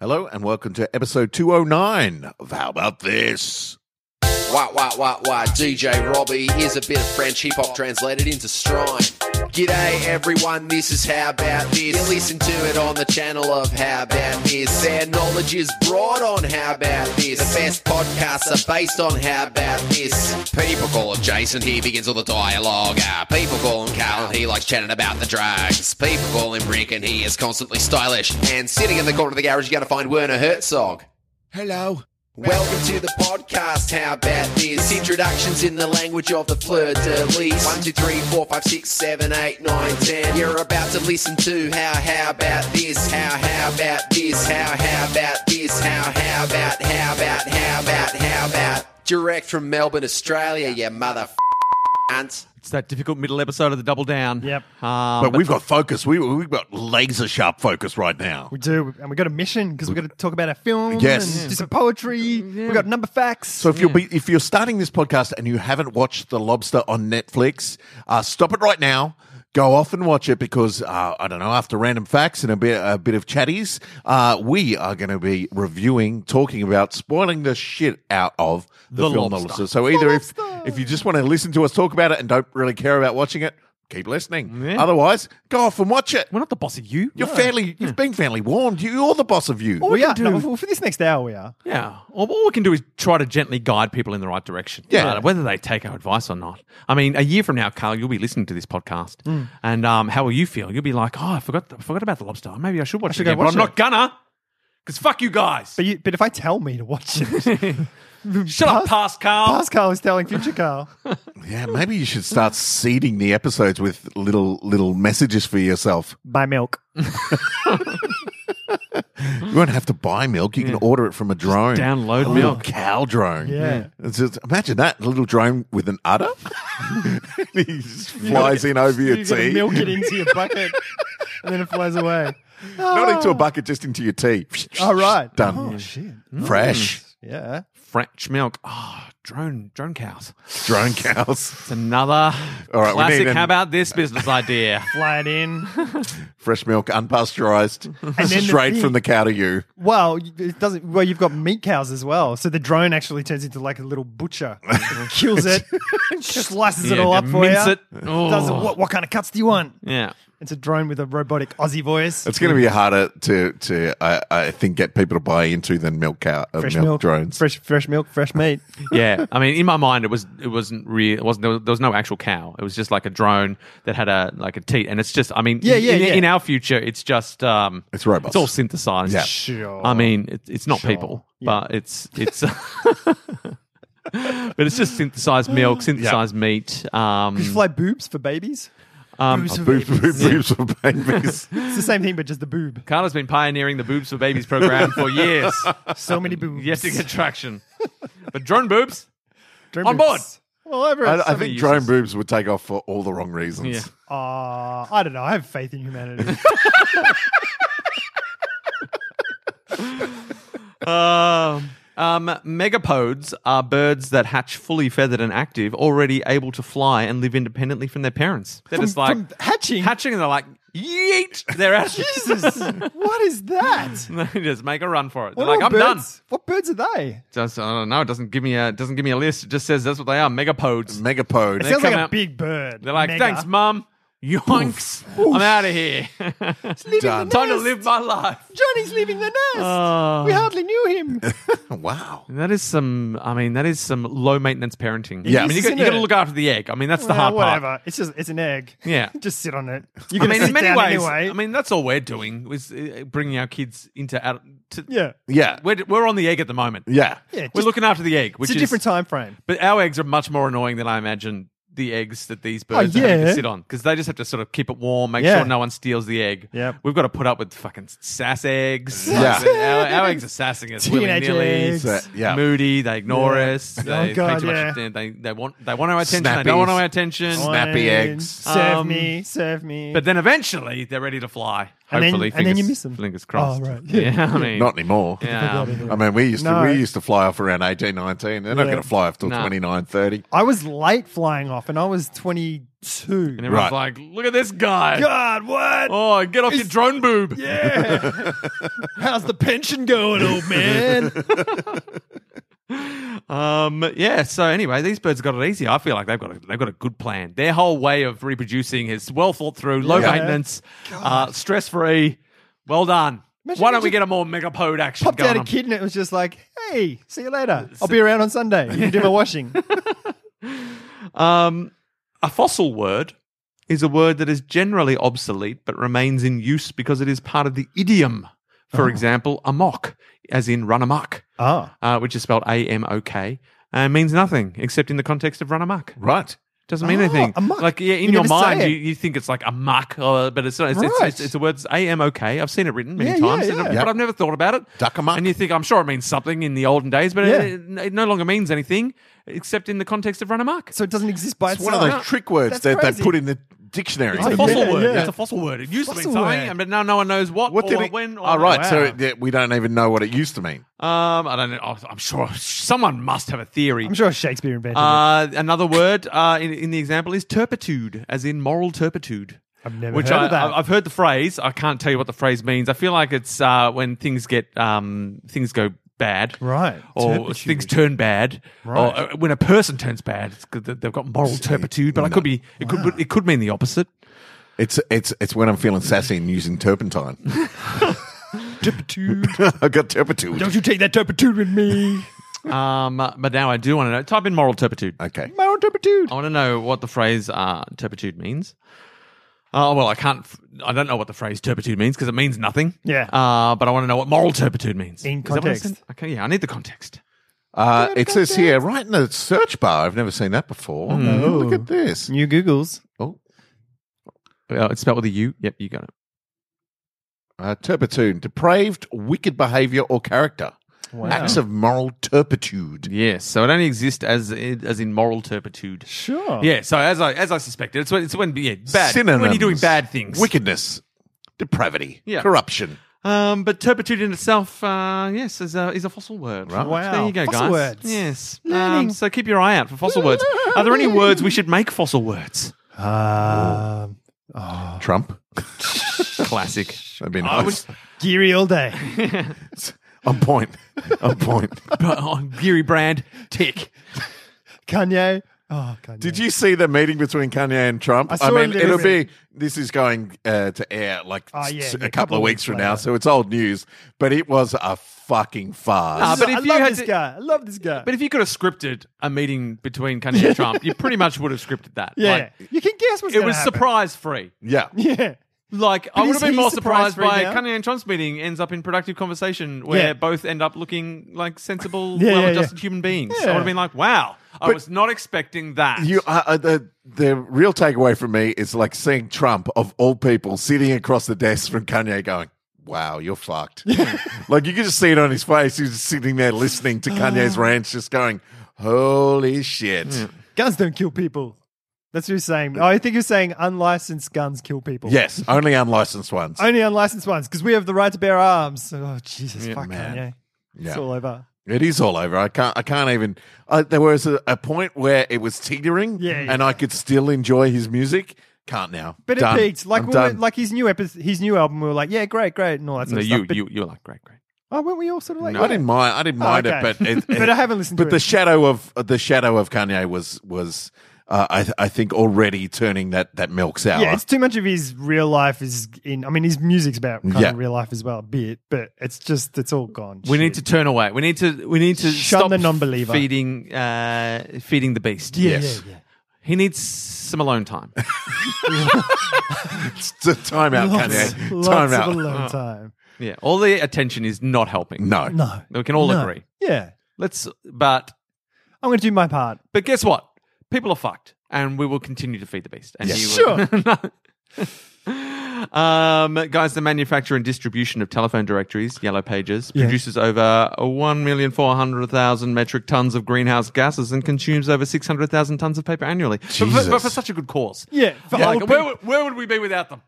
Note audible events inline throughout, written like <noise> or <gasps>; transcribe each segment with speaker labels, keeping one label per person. Speaker 1: Hello and welcome to episode 209 of How About This?
Speaker 2: Wah, wah, wah, wah. DJ Robbie. Here's a bit of French hip hop translated into strime. G'day, everyone. This is How About This. You listen to it on the channel of How About This. Their knowledge is broad on How About This. The best podcasts are based on How About This. People call him Jason. He begins all the dialogue. Ah, people call him Carl. He likes chatting about the drugs. People call him Rick, and he is constantly stylish. And sitting in the corner of the garage, you're going to find Werner Herzog.
Speaker 1: Hello.
Speaker 2: Welcome to the podcast. How about this? Introductions in the language of the fleur de lis. One, two, three, four, five, six, seven, eight, nine, ten. You're about to listen to how, how about this? How, how about this? How, how about this? How, how about, how about, how about, how about? Direct from Melbourne, Australia, you mother ants.
Speaker 3: It's that difficult middle episode of the Double Down.
Speaker 4: Yep.
Speaker 3: Um,
Speaker 1: But we've got focus. We, we've got laser sharp focus right now.
Speaker 4: We do, and we got a mission because we got to talk about our film.
Speaker 1: Yes.
Speaker 4: and do some poetry. We got number facts.
Speaker 1: So if you'll be if you're starting this podcast and you haven't watched The Lobster on Netflix, uh, stop it right now. Go off and watch it because uh, I don't know. After random facts and a bit a bit of chatties, uh, we are going to be reviewing, talking about, spoiling the shit out of the,
Speaker 3: The
Speaker 1: film
Speaker 3: Lobster.
Speaker 1: Lobster. So either if if you just want to listen to us talk about it and don't really care about watching it, keep listening.
Speaker 3: Yeah.
Speaker 1: Otherwise, go off and watch it.
Speaker 3: we're not the boss of you.
Speaker 1: You're fairly you've been fairly warned. You're the boss of you.
Speaker 4: we,
Speaker 3: can
Speaker 4: are
Speaker 3: do-
Speaker 4: no, well, for this next hour. We are.
Speaker 3: Yeah. All, all we can do is try to gently guide people in the right direction.
Speaker 1: Yeah.
Speaker 3: Uh, whether they take our advice or not. I mean, a year from now, Carl, you'll be listening to this podcast, and um, how will you feel? You'll be like, oh, I forgot, I forgot about the lobster. Maybe I should watch
Speaker 4: should
Speaker 3: it
Speaker 4: go
Speaker 3: again, but
Speaker 4: watch
Speaker 3: I'm not
Speaker 4: it."
Speaker 3: gonna. Because fuck you guys.
Speaker 4: But you, but if I tell me to watch it,
Speaker 3: Shut up, past Carl.
Speaker 4: Pascal is telling
Speaker 3: <laughs>
Speaker 4: future Carl.
Speaker 1: Yeah, maybe you should start seeding the episodes with little little messages for yourself.
Speaker 4: Buy milk. <laughs>
Speaker 1: You won't have to buy milk; you can order it from a drone.
Speaker 3: download
Speaker 1: a little
Speaker 3: milk.
Speaker 1: cow drone.
Speaker 4: Yeah.
Speaker 1: It's just- imagine that a little drone with an udder. <laughs> he just flies in over your
Speaker 4: You're gonna
Speaker 1: tea,
Speaker 4: milk it into your bucket, and then it flies away.
Speaker 1: not into a bucket, just into your tea.
Speaker 4: All right.
Speaker 1: done,
Speaker 4: Oh shit.
Speaker 1: fresh
Speaker 4: Yeah.
Speaker 3: French milk. Ah, drone, drone cows.
Speaker 4: Mm.
Speaker 1: drone cows,
Speaker 3: It's another
Speaker 1: All right, we need
Speaker 3: classic.
Speaker 1: an-
Speaker 3: How about this business idea? <laughs>
Speaker 4: Fly it in.
Speaker 1: fresh milk, unpasteurized,
Speaker 4: then the
Speaker 1: straight from
Speaker 4: thing-
Speaker 1: the cow to you.
Speaker 4: Well, it doesn't. Well, you've got meat cows as well. So the drone actually turns into like a little butcher, kills it, slices it
Speaker 3: Yeah,
Speaker 4: all up for
Speaker 3: mince
Speaker 4: you.
Speaker 3: it. Oh.
Speaker 4: Does it, what, what kind of cuts do you want?
Speaker 3: Yeah.
Speaker 4: It's a drone with a robotic Aussie voice.
Speaker 1: It's going to be harder to to I, I think get people to buy into than milk cow uh,
Speaker 4: fresh
Speaker 1: milk, drones.
Speaker 4: Fresh, fresh
Speaker 1: <laughs>
Speaker 4: milk, fresh meat.
Speaker 3: yeah, I mean, in my mind, it was it wasn't real. It wasn't there was, there was no actual cow. It was just like a drone that had a like a teat, and it's just. I mean,
Speaker 4: Yeah, yeah,
Speaker 3: in,
Speaker 4: yeah.
Speaker 3: in our future, it's just um,
Speaker 1: It's robots.
Speaker 3: It's all synthesized.
Speaker 1: Yeah.
Speaker 4: Sure.
Speaker 3: I mean, it, it's not
Speaker 4: Sure.
Speaker 3: people,
Speaker 4: Yeah.
Speaker 3: but it's it's. <laughs> But it's just synthesized milk, synthesized meat. Um,
Speaker 4: Could you fly boobs for babies?
Speaker 3: um,
Speaker 4: boobs for
Speaker 1: Boob,
Speaker 4: babies.
Speaker 1: boob, boobs for
Speaker 3: <laughs>
Speaker 1: babies.
Speaker 4: It's the same thing, but just the boob.
Speaker 3: Carla's been pioneering the boobs for babies program for
Speaker 4: <laughs>
Speaker 3: years,
Speaker 1: Uh,
Speaker 4: So many boobs.
Speaker 3: yet to get traction. But drone boobs,
Speaker 4: Drone
Speaker 3: on
Speaker 4: boobs. Well, ever.
Speaker 1: I, I
Speaker 3: Something
Speaker 1: think
Speaker 3: useless.
Speaker 1: drone boobs would take off for all the wrong reasons.
Speaker 3: yeah.
Speaker 4: Aw, Ah, I don't know. I have faith in
Speaker 1: <laughs>
Speaker 4: humanity.
Speaker 3: Um, um, megapodes are birds that hatch fully feathered and active, already able to fly and live independently from their parents. They're just like
Speaker 4: From hatching.
Speaker 3: hatching, and they're like yeet. They're out.
Speaker 4: Jesus, what is that?
Speaker 3: And <laughs> they just make a run for it. They're
Speaker 4: What
Speaker 3: like,
Speaker 4: are
Speaker 3: I'm done.
Speaker 4: birds? What birds are they?
Speaker 3: Just, I don't know. It doesn't give me a it doesn't give me a list. It just says that's what they are. Megapodes.
Speaker 1: Megapode.
Speaker 4: It sounds like
Speaker 3: come
Speaker 4: a
Speaker 3: out-
Speaker 4: big bird.
Speaker 3: They're like,
Speaker 4: Mega.
Speaker 3: thanks, mum. Yoinks. I'm out of here. <laughs>
Speaker 1: Done.
Speaker 3: Time to live my life.
Speaker 4: Johnny's leaving the nest.
Speaker 3: Oh.
Speaker 4: we hardly knew him.
Speaker 1: Oh, Wow.
Speaker 3: That is some. I mean, that is some low maintenance parenting.
Speaker 1: Yeah.
Speaker 3: I mean, you
Speaker 4: Yes,
Speaker 3: got,
Speaker 4: isn't
Speaker 3: you got to
Speaker 4: it?
Speaker 3: look after the egg. I mean, that's the
Speaker 4: Well,
Speaker 3: hard part.
Speaker 4: whatever. It's just it's an egg.
Speaker 3: Yeah.
Speaker 4: <laughs> just sit on it. You're
Speaker 3: I
Speaker 4: gonna
Speaker 3: mean,
Speaker 4: sit
Speaker 3: in many
Speaker 4: down
Speaker 3: ways,
Speaker 4: anyway.
Speaker 3: I mean, that's all we're doing is uh, bringing our kids into out. To,
Speaker 4: yeah,
Speaker 1: Yeah.
Speaker 3: we're, we're on the egg at the moment.
Speaker 1: Yeah.
Speaker 4: yeah.
Speaker 3: we're
Speaker 4: just-
Speaker 3: looking after the egg, which
Speaker 4: it's
Speaker 3: is
Speaker 4: a different
Speaker 1: <laughs>
Speaker 4: time frame.
Speaker 3: But our eggs are much more annoying than I imagined the eggs that these birds are having
Speaker 4: Oh, yeah.
Speaker 3: to sit on because they just have to sort of keep it warm, make
Speaker 4: Yeah.
Speaker 3: sure no one steals the egg.
Speaker 4: Yep.
Speaker 3: we've got to put up with fucking sass eggs.
Speaker 1: Yeah.
Speaker 3: Like, our, our eggs are sassing us willy
Speaker 4: Teenage
Speaker 3: nilly.
Speaker 4: eggs.
Speaker 1: So, yeah.
Speaker 3: Moody, they ignore
Speaker 4: Yeah.
Speaker 3: us.
Speaker 4: Oh,
Speaker 3: They pay
Speaker 4: God,
Speaker 3: too much
Speaker 4: yeah.
Speaker 3: atten- They, they want they want our attention. They don't
Speaker 1: Snappies.
Speaker 3: want our attention.
Speaker 1: Snappy
Speaker 4: Fine.
Speaker 1: eggs.
Speaker 4: Serve
Speaker 3: Um,
Speaker 4: me. Serve me.
Speaker 3: But then eventually they're ready to fly.
Speaker 4: And then-
Speaker 3: Hopefully,
Speaker 4: and then you
Speaker 3: fingers-
Speaker 4: miss them.
Speaker 3: Fingers crossed.
Speaker 4: Oh, right.
Speaker 3: Yeah, I mean,
Speaker 1: Not anymore.
Speaker 3: yeah.
Speaker 1: I mean, we used to
Speaker 4: No.
Speaker 1: we used to fly off around eighteen, 19. They're not
Speaker 4: Yeah.
Speaker 1: going to fly off till
Speaker 3: No.
Speaker 1: twenty nine, thirty.
Speaker 4: I was late flying off, and I was 22.
Speaker 3: And everyone's
Speaker 1: Right.
Speaker 3: like, "Look at this guy!
Speaker 4: God, what?
Speaker 3: Oh, get off your drone boob!"
Speaker 1: <laughs>
Speaker 4: Yeah. How's the pension going, old man?
Speaker 3: Um, yeah. So anyway, these birds got it easy. I feel like they've got a, they've got a good plan. Their whole way of reproducing is well thought through, low
Speaker 1: Yeah.
Speaker 3: maintenance, uh, stress free. Well done.
Speaker 4: Imagine
Speaker 3: Why
Speaker 4: if
Speaker 3: don't we
Speaker 4: you
Speaker 3: get a more megapode action
Speaker 4: Popped
Speaker 3: going
Speaker 4: out a
Speaker 3: on?
Speaker 4: kid, and it was just like, hey, see you later. I'll be around on Sunday. You can do
Speaker 1: <laughs>
Speaker 4: my washing.
Speaker 3: Um, a fossil word is a word that is generally obsolete but remains in use because it is part of the idiom.
Speaker 4: Oh.
Speaker 3: For example, amok, as in run amok,
Speaker 4: Ah,
Speaker 3: uh, which is spelled A M O K, and means nothing except in the context of run amok.
Speaker 1: Right.
Speaker 3: Doesn't mean
Speaker 4: Oh,
Speaker 3: anything.
Speaker 4: amok.
Speaker 3: Like yeah, in
Speaker 4: You
Speaker 3: your
Speaker 4: never say
Speaker 3: mind,
Speaker 4: it.
Speaker 3: you, you think it's like a muck, uh, but it's not. It's, it's,
Speaker 4: Right.
Speaker 3: it's, it's a word. A M O K. I've seen it written many
Speaker 4: Yeah, yeah,
Speaker 3: times, and-
Speaker 4: yeah.
Speaker 3: but
Speaker 1: Yep.
Speaker 3: I've never thought about it.
Speaker 1: Duck a muck.
Speaker 3: And you think I'm sure it means something in the olden days, but
Speaker 4: Yeah.
Speaker 3: it, it no longer means anything except in the context of run amok.
Speaker 4: so it doesn't exist by
Speaker 1: It's
Speaker 4: itself.
Speaker 1: one of those trick words
Speaker 4: That's
Speaker 1: that
Speaker 4: crazy.
Speaker 1: they put in the dictionary.
Speaker 3: It's a
Speaker 4: Oh,
Speaker 3: fossil
Speaker 4: yeah,
Speaker 3: word.
Speaker 4: yeah.
Speaker 3: It's a fossil word. It used to
Speaker 4: Fossil
Speaker 3: mean something,
Speaker 4: word.
Speaker 3: but now no one knows what,
Speaker 1: What
Speaker 3: or
Speaker 1: did it?
Speaker 3: when. Or
Speaker 1: oh, right. So
Speaker 4: wow.
Speaker 1: it, that- we don't even know what it used to mean.
Speaker 3: Um, I don't know. Oh, I'm sure someone must have a theory.
Speaker 4: I'm sure Shakespeare invented
Speaker 1: Ah.
Speaker 4: it.
Speaker 3: Uh, another word uh, in, in the example is turpitude, as in moral turpitude.
Speaker 4: I've never
Speaker 3: Which
Speaker 4: heard
Speaker 3: I,
Speaker 4: of that.
Speaker 3: I- I've heard the phrase. I can't tell you what the phrase means. I feel like it's uh, when things get um, things go bad,
Speaker 4: Right.
Speaker 3: Or
Speaker 4: Turpitude.
Speaker 3: things turn bad,
Speaker 4: Right.
Speaker 3: or uh, when a person turns bad, it's good that they've got moral turpitude. But I could be. It could. It could mean the opposite.
Speaker 1: It's it's it's when I'm feeling sassy and using turpentine. <laughs> turpitude. I got turpitude.
Speaker 4: Don't you take that turpitude with me.
Speaker 3: Um, but now I do want to know. Type in moral turpitude.
Speaker 1: Okay.
Speaker 4: My own turpitude.
Speaker 3: I want to know what the phrase uh, turpitude means. Oh well, I can't. f- I don't know what the phrase turpitude means because it means nothing.
Speaker 4: Yeah.
Speaker 3: Uh, but I want to know what moral turpitude means
Speaker 4: In
Speaker 3: Is that what I
Speaker 4: context.
Speaker 3: said? Okay. Yeah, I need the context.
Speaker 1: Uh, it says here, right in the search bar. I've never seen that before. Look at this.
Speaker 4: New Googles.
Speaker 1: Oh,
Speaker 3: Uh, it's spelled with a U. Yep, you got it.
Speaker 1: uh, turpitude, depraved, wicked behavior or character. Acts of moral turpitude.
Speaker 3: Yes. So it only exists as as in moral turpitude.
Speaker 4: Sure.
Speaker 3: Yeah. So as I as I suspected, it's when it's when yeah bad when you're doing
Speaker 1: Synonyms.
Speaker 3: bad things.
Speaker 1: Wickedness, depravity,
Speaker 3: Yeah.
Speaker 1: corruption.
Speaker 3: Um, but turpitude in itself, uh, yes, is a, is a fossil word.
Speaker 1: Right.
Speaker 4: Wow.
Speaker 3: There you go,
Speaker 4: Fossil
Speaker 3: guys.
Speaker 4: words.
Speaker 3: Yes. Um,
Speaker 4: Learning.
Speaker 3: so keep your eye out for fossil words. Are there any words we should make fossil words?
Speaker 4: Um,
Speaker 1: <laughs> Trump.
Speaker 3: Classic.
Speaker 1: That'd be nice.
Speaker 4: geary all day.
Speaker 1: <laughs> On point. <laughs> On point.
Speaker 3: <laughs> oh, Geary brand tick.
Speaker 4: Kanye. Oh, Kanye.
Speaker 1: Did you see the meeting between Kanye and Trump?
Speaker 4: I saw a
Speaker 1: mean,
Speaker 4: little
Speaker 1: it'll
Speaker 4: bit.
Speaker 1: be this is going uh, to air like
Speaker 4: Oh, yeah,
Speaker 1: s-
Speaker 4: yeah,
Speaker 1: a couple of weeks from now,
Speaker 4: later.
Speaker 1: so it's old news. But it was a fucking
Speaker 3: Ah,
Speaker 1: farce.
Speaker 3: but if
Speaker 4: I
Speaker 3: you
Speaker 4: love
Speaker 3: had
Speaker 4: this
Speaker 3: to-
Speaker 4: guy. I love this guy.
Speaker 3: But if you could have scripted a meeting between Kanye
Speaker 4: <laughs>
Speaker 3: and Trump, you pretty much would have scripted that.
Speaker 4: yeah,
Speaker 3: Like,
Speaker 4: you can guess what's
Speaker 3: it
Speaker 4: gonna
Speaker 3: was
Speaker 4: happen.
Speaker 3: surprise free.
Speaker 1: yeah,
Speaker 4: Yeah.
Speaker 3: Like I
Speaker 4: But
Speaker 3: would
Speaker 4: is
Speaker 3: have been
Speaker 4: he
Speaker 3: more surprised by
Speaker 4: surprise-free now?
Speaker 3: Kanye and Trump's meeting ends up in productive conversation where
Speaker 4: Yeah.
Speaker 3: both end up looking like sensible,
Speaker 4: <laughs> Yeah, yeah,
Speaker 3: well-adjusted
Speaker 4: yeah.
Speaker 3: human beings. I
Speaker 4: Yeah.
Speaker 3: would have been like, "Wow, I was not expecting that."
Speaker 1: you. Uh, uh, the the real takeaway for me is like seeing Trump of all people sitting across the desk from Kanye, going, "Wow, you're fucked." <laughs> like you could just see it on his face. He's just sitting there listening to Kanye's
Speaker 4: Ah.
Speaker 1: rants, just going, "Holy shit."
Speaker 4: <laughs> Guns don't kill people. That's what you're saying. I think you're saying unlicensed guns kill people.
Speaker 1: Yes, only unlicensed ones.
Speaker 4: Only unlicensed ones because we have the right to bear arms. Oh, Jesus. fuck
Speaker 1: man.
Speaker 4: Kanye.
Speaker 1: Yeah.
Speaker 4: It's all over.
Speaker 1: It is all over. I can't. I can't even. Uh, there was a, a point where it was teetering,
Speaker 4: Yeah, yeah.
Speaker 1: and I could still enjoy his music. Can't now.
Speaker 4: But
Speaker 1: Done.
Speaker 4: it peaked. Like
Speaker 1: I'm
Speaker 4: we were,
Speaker 1: done.
Speaker 4: like his new epi- his new album, we were like, yeah, great, great, and all that sort
Speaker 3: no,
Speaker 4: of
Speaker 3: you,
Speaker 4: stuff. But,
Speaker 3: you, you're like, "Great, great."
Speaker 4: oh, weren't we all sort of like?
Speaker 1: I didn't mind. I didn't
Speaker 4: Oh,
Speaker 1: mind
Speaker 4: okay.
Speaker 1: it, but it,
Speaker 4: <laughs> But I haven't listened to
Speaker 1: But the
Speaker 4: it.
Speaker 1: shadow of uh, the shadow of Kanye was was. Uh, I I think already turning that that milk sour. <laughs>
Speaker 4: Yeah, it's too much of his real life is in. I mean, his music's about kind
Speaker 1: Yeah.
Speaker 4: of real life as well, a bit, but it's just it's all gone.
Speaker 3: We need to turn away. We need to. We need to
Speaker 4: Shun
Speaker 3: stop
Speaker 4: the non-believer.
Speaker 3: feeding, uh, feeding the beast.
Speaker 4: Yeah,
Speaker 1: Yes.
Speaker 4: yeah, yeah.
Speaker 3: He needs some alone
Speaker 4: <laughs>
Speaker 3: time.
Speaker 1: It's the time out,
Speaker 4: Lots,
Speaker 1: Kanye.
Speaker 4: lots
Speaker 1: time out.
Speaker 4: of alone time. Uh,
Speaker 3: yeah, all the attention is not helping.
Speaker 1: no.
Speaker 4: No,
Speaker 3: we can all
Speaker 4: No.
Speaker 3: agree.
Speaker 4: Yeah,
Speaker 3: Let's, but,
Speaker 4: I'm going to do my part.
Speaker 3: but guess what? People are fucked, and we will continue to feed the beast. And he will-
Speaker 4: Sure.
Speaker 3: <laughs> Um, guys, the manufacture and distribution of telephone directories, yellow pages,
Speaker 4: Yeah.
Speaker 3: produces over 1,400,000 metric tons of greenhouse gases and consumes over 600,000 tons of paper annually. But for- But,
Speaker 1: Jesus.
Speaker 3: for such a good cause.
Speaker 4: Yeah, for
Speaker 3: Like,
Speaker 4: old
Speaker 3: where,
Speaker 4: people,
Speaker 3: would- where would we be without them?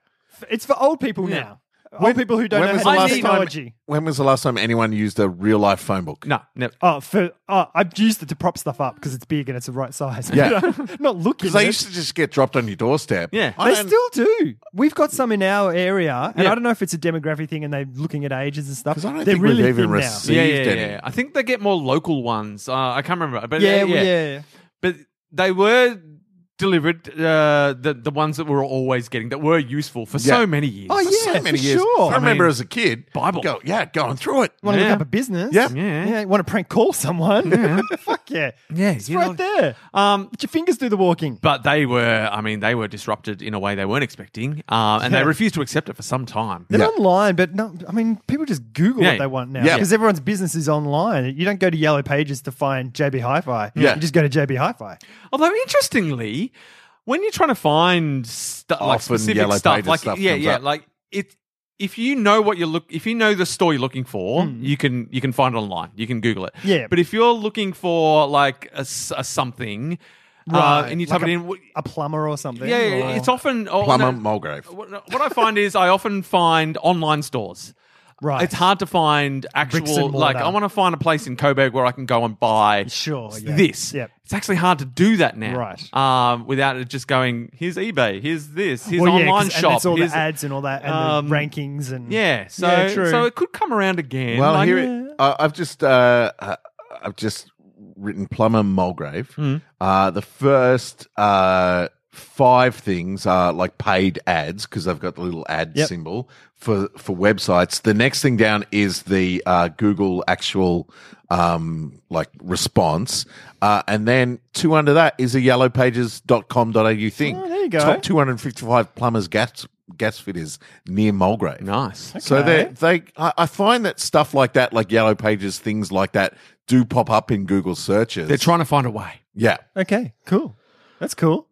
Speaker 4: it's for old people
Speaker 3: Yeah.
Speaker 4: now. All people who don't
Speaker 1: when
Speaker 4: know
Speaker 1: was
Speaker 4: how
Speaker 1: the
Speaker 4: to
Speaker 1: last
Speaker 4: use
Speaker 1: time-
Speaker 4: technology.
Speaker 1: When was the last time anyone used a real life phone book?
Speaker 3: No, never.
Speaker 4: Oh, for oh, I've used it to prop stuff up because it's big and it's the right size.
Speaker 1: Yeah.
Speaker 4: <laughs> not looking.
Speaker 1: Because they
Speaker 4: at
Speaker 1: used to just get dropped on your doorstep.
Speaker 3: Yeah.
Speaker 1: I
Speaker 4: They
Speaker 1: don't-
Speaker 4: still do. We've got some in our area, and
Speaker 3: Yeah.
Speaker 4: I don't know if it's a demographic thing and they're looking at ages and stuff.
Speaker 1: 'Cause I don't
Speaker 4: they're
Speaker 1: think we've
Speaker 4: really
Speaker 1: even
Speaker 4: thin
Speaker 1: received-
Speaker 4: now.
Speaker 3: Yeah, yeah,
Speaker 1: Received
Speaker 3: yeah,
Speaker 1: any.
Speaker 3: yeah. I think they get more local ones. Uh, I can't remember, but
Speaker 4: Yeah,
Speaker 3: uh,
Speaker 4: well, yeah, yeah.
Speaker 3: But they were delivered uh, the the ones that were always getting that were useful for
Speaker 1: Yeah.
Speaker 3: so many years.
Speaker 4: Oh, yeah,
Speaker 1: so many
Speaker 4: for
Speaker 1: years.
Speaker 4: sure.
Speaker 1: I
Speaker 4: I
Speaker 1: remember
Speaker 3: mean,
Speaker 1: as a kid,
Speaker 3: Bible.
Speaker 1: Go, yeah, going through it.
Speaker 4: Want to
Speaker 3: Yeah.
Speaker 4: look up a business?
Speaker 1: Yeah.
Speaker 3: Yeah.
Speaker 4: yeah. Want to prank call someone? <laughs> Fuck yeah,
Speaker 3: Yeah,
Speaker 4: It's
Speaker 3: you
Speaker 4: right
Speaker 3: know-
Speaker 4: there.
Speaker 3: Um,
Speaker 4: Let your fingers do the walking.
Speaker 3: but they were, I mean, they were disrupted in a way they weren't expecting, uh, and they
Speaker 4: Yeah.
Speaker 3: refused to accept it for some time.
Speaker 4: They're
Speaker 1: Yeah.
Speaker 4: online, but no, I mean, people just Google
Speaker 3: Yeah.
Speaker 4: what they want now
Speaker 1: Yeah.
Speaker 4: because everyone's business is online. You don't go to Yellow Pages to find JB Hi-Fi.
Speaker 1: Yeah.
Speaker 4: you just go to JB Hi-Fi.
Speaker 3: Although interestingly, when you're trying to find stu- like
Speaker 1: Often
Speaker 3: specific
Speaker 1: Yellow
Speaker 3: stuff,
Speaker 1: Pages
Speaker 3: like
Speaker 1: stuff
Speaker 3: yeah,
Speaker 1: comes
Speaker 3: yeah,
Speaker 1: up.
Speaker 3: like it. If you know what you're look, if you know the store you're looking for, you can you can find it online. You can Google it.
Speaker 4: Yeah.
Speaker 3: But if you're looking for like a, s- a something, uh,
Speaker 4: Right,
Speaker 3: and you
Speaker 4: like
Speaker 3: type it in, w-
Speaker 4: A plumber or something.
Speaker 3: yeah,
Speaker 4: or-
Speaker 3: it's often oh,
Speaker 1: Plumber
Speaker 3: no,
Speaker 1: Mulgrave.
Speaker 3: What, what I find is I often find online stores.
Speaker 4: right.
Speaker 3: It's hard to find
Speaker 4: Bricks
Speaker 3: actual
Speaker 4: and
Speaker 3: like
Speaker 4: mortar.
Speaker 3: I want to find a place in Coburg where I can go and buy
Speaker 4: Sure,
Speaker 3: s-
Speaker 4: yeah.
Speaker 3: this.
Speaker 4: Yep.
Speaker 3: It's actually hard to do that now.
Speaker 4: Right.
Speaker 3: Um, without it just going, here's eBay, here's this, here's
Speaker 4: Well, yeah,
Speaker 3: online
Speaker 4: 'cause-
Speaker 3: shop.
Speaker 4: And it's all
Speaker 3: here's-
Speaker 4: the ads and all that, and
Speaker 3: um,
Speaker 4: the rankings and
Speaker 3: Yeah. So
Speaker 4: true.
Speaker 3: so it could come around again.
Speaker 1: Well,
Speaker 3: Like,
Speaker 1: here
Speaker 3: yeah.
Speaker 1: it, I I've just uh, uh, I've just written plumber Mulgrave.
Speaker 4: Hmm.
Speaker 1: Uh, the first uh, five things are like paid ads because they've got the little ad
Speaker 4: Yep.
Speaker 1: symbol for for websites. The next thing down is the uh, Google actual um, like response, uh, and then two under that is a yellowpages.com.au thing.
Speaker 4: Oh, there you go.
Speaker 1: Top two hundred fifty five plumbers gas gas fitters near Mulgrave.
Speaker 3: nice.
Speaker 1: So they
Speaker 4: Okay.
Speaker 1: they I, I find that stuff like that, like yellow pages, things like that, do pop up in Google searches.
Speaker 3: They're trying to find a way.
Speaker 1: yeah.
Speaker 4: Okay, cool. That's cool.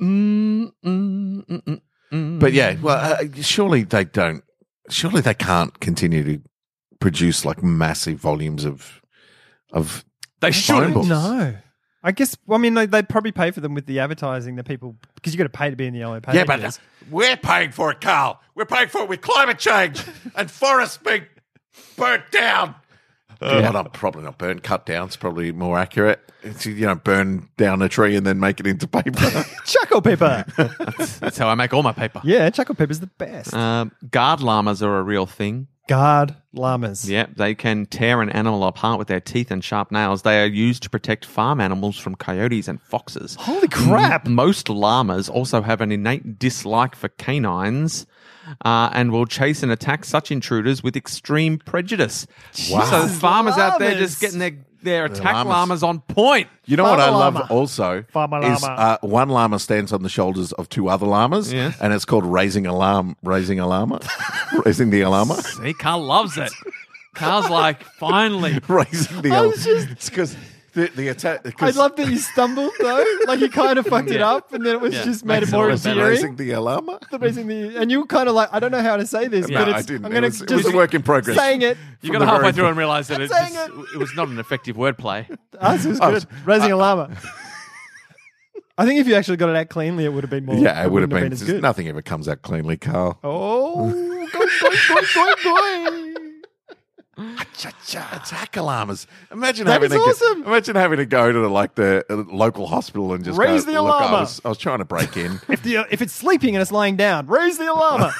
Speaker 3: Mm, mm, mm, mm.
Speaker 1: But yeah, well, uh, surely they don't. Surely they can't continue to produce like massive volumes of of
Speaker 3: They should.
Speaker 1: books.
Speaker 4: No. I guess, well, I mean, they, they probably pay for them with the advertising that people, because you got to pay to be in the yellow pages.
Speaker 1: yeah, but we're paying for it, Carl. We're paying for it with climate change and forests being burnt down. God, I'm probably not burned. Cut down's probably more accurate. It's, you know, burn down a tree and then make it into paper. <laughs>
Speaker 4: Chuckle Pepper.
Speaker 3: That's how I make all my paper.
Speaker 4: yeah, Chuckle Pepper's the best.
Speaker 3: Um, guard llamas are a real thing.
Speaker 4: Guard llamas.
Speaker 3: Yeah, they can tear an animal apart with their teeth and sharp nails. They are used to protect farm animals from coyotes and foxes.
Speaker 4: Holy crap.
Speaker 1: Mm,
Speaker 3: M- most llamas also have an innate dislike for canines uh, and will chase and attack such intruders with extreme prejudice. Wow. So
Speaker 4: Jesus,
Speaker 3: farmers out there just
Speaker 4: llamas.
Speaker 3: getting their, their attack
Speaker 1: llamas.
Speaker 3: llamas. on point.
Speaker 1: You know what I
Speaker 4: Farmer
Speaker 1: love
Speaker 4: llama.
Speaker 1: also
Speaker 4: Farmer
Speaker 1: is
Speaker 4: llama.
Speaker 1: uh, one llama stands on the shoulders of two other llamas,
Speaker 3: Yes.
Speaker 1: and it's called raising alarm, raising alarma, <laughs> raising the alarma,
Speaker 3: See, Carl loves it. Carl's like, finally.
Speaker 1: raising the.
Speaker 4: I
Speaker 1: alarm.
Speaker 4: was just-
Speaker 1: <laughs> it's because the, the attack.
Speaker 4: I love that you stumbled, though. like, you
Speaker 1: <laughs>
Speaker 4: kind of fucked it
Speaker 3: Yeah.
Speaker 4: up, and then it was
Speaker 3: Yeah.
Speaker 4: just made
Speaker 3: Makes
Speaker 4: it
Speaker 3: it
Speaker 4: more
Speaker 3: all better.
Speaker 4: endearing.
Speaker 1: raising the alarma.
Speaker 4: The reason the- and you were kind of like, I don't know how to say
Speaker 1: <laughs>
Speaker 4: this,
Speaker 1: No,
Speaker 4: but
Speaker 1: I
Speaker 4: it's,
Speaker 1: didn't.
Speaker 4: I'm
Speaker 1: It
Speaker 4: going
Speaker 1: was-
Speaker 4: to
Speaker 1: it was
Speaker 4: just
Speaker 1: a work in progress.
Speaker 4: saying it.
Speaker 3: You
Speaker 1: From
Speaker 3: got
Speaker 1: the
Speaker 3: halfway
Speaker 1: very
Speaker 3: through and realised that it,
Speaker 4: saying
Speaker 3: just, it was not an effective wordplay.
Speaker 4: Us was good. Raising a
Speaker 1: Uh, <laughs>
Speaker 4: llama. I think if you actually got it out cleanly, it would have been more.
Speaker 1: Yeah, it would have been.
Speaker 4: as
Speaker 1: just-
Speaker 4: good.
Speaker 1: Nothing ever comes out cleanly, Carl.
Speaker 4: <laughs> Oh, going, going, going, going, going.
Speaker 1: Attack alarmas! Imagine
Speaker 4: That
Speaker 1: having
Speaker 4: is
Speaker 1: to go-
Speaker 4: awesome.
Speaker 1: imagine having to go to like the uh, local hospital and just go,
Speaker 4: Raise the
Speaker 1: "Look, I
Speaker 4: alarma."
Speaker 1: was, I was trying to break
Speaker 4: <laughs>
Speaker 1: in.
Speaker 4: If the if it's sleeping and it's lying down, raise the
Speaker 1: <laughs>
Speaker 4: alarm.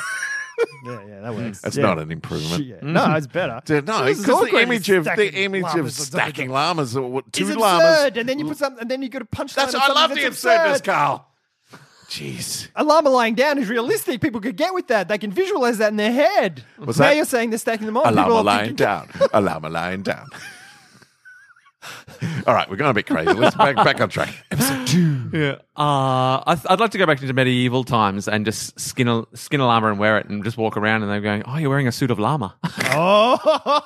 Speaker 4: yeah, yeah, that works.
Speaker 1: That's
Speaker 4: Yeah.
Speaker 1: not an improvement. <laughs>
Speaker 4: Shit. No, it's better.
Speaker 1: To- no, because
Speaker 4: This is
Speaker 1: the
Speaker 4: awkward.
Speaker 1: image of the
Speaker 4: Stacking
Speaker 1: image of
Speaker 4: llamas.
Speaker 1: stacking llamas, or what- two
Speaker 4: is
Speaker 1: llamas.
Speaker 4: absurd, and then you put something, and then you go to punch.
Speaker 1: That's I love the absurdness, Carl. Jeez,
Speaker 4: A llama lying down is realistic. People could get with that. They can visualize that in their head.
Speaker 1: What's
Speaker 4: now
Speaker 1: that?
Speaker 4: you're saying they're stacking them on.
Speaker 1: a
Speaker 4: People
Speaker 1: llama
Speaker 4: are
Speaker 1: lying
Speaker 4: thinking,
Speaker 1: down, a llama lying down. <laughs> All right, we're going a bit crazy. Let's back back on track. <laughs>
Speaker 3: Yeah. Uh, I th- I'd like to go back into medieval times and just skin a, skin a llama and wear it and just walk around and they're going, oh, you're wearing a suit of llama. <laughs>
Speaker 4: Oh, ho, ho,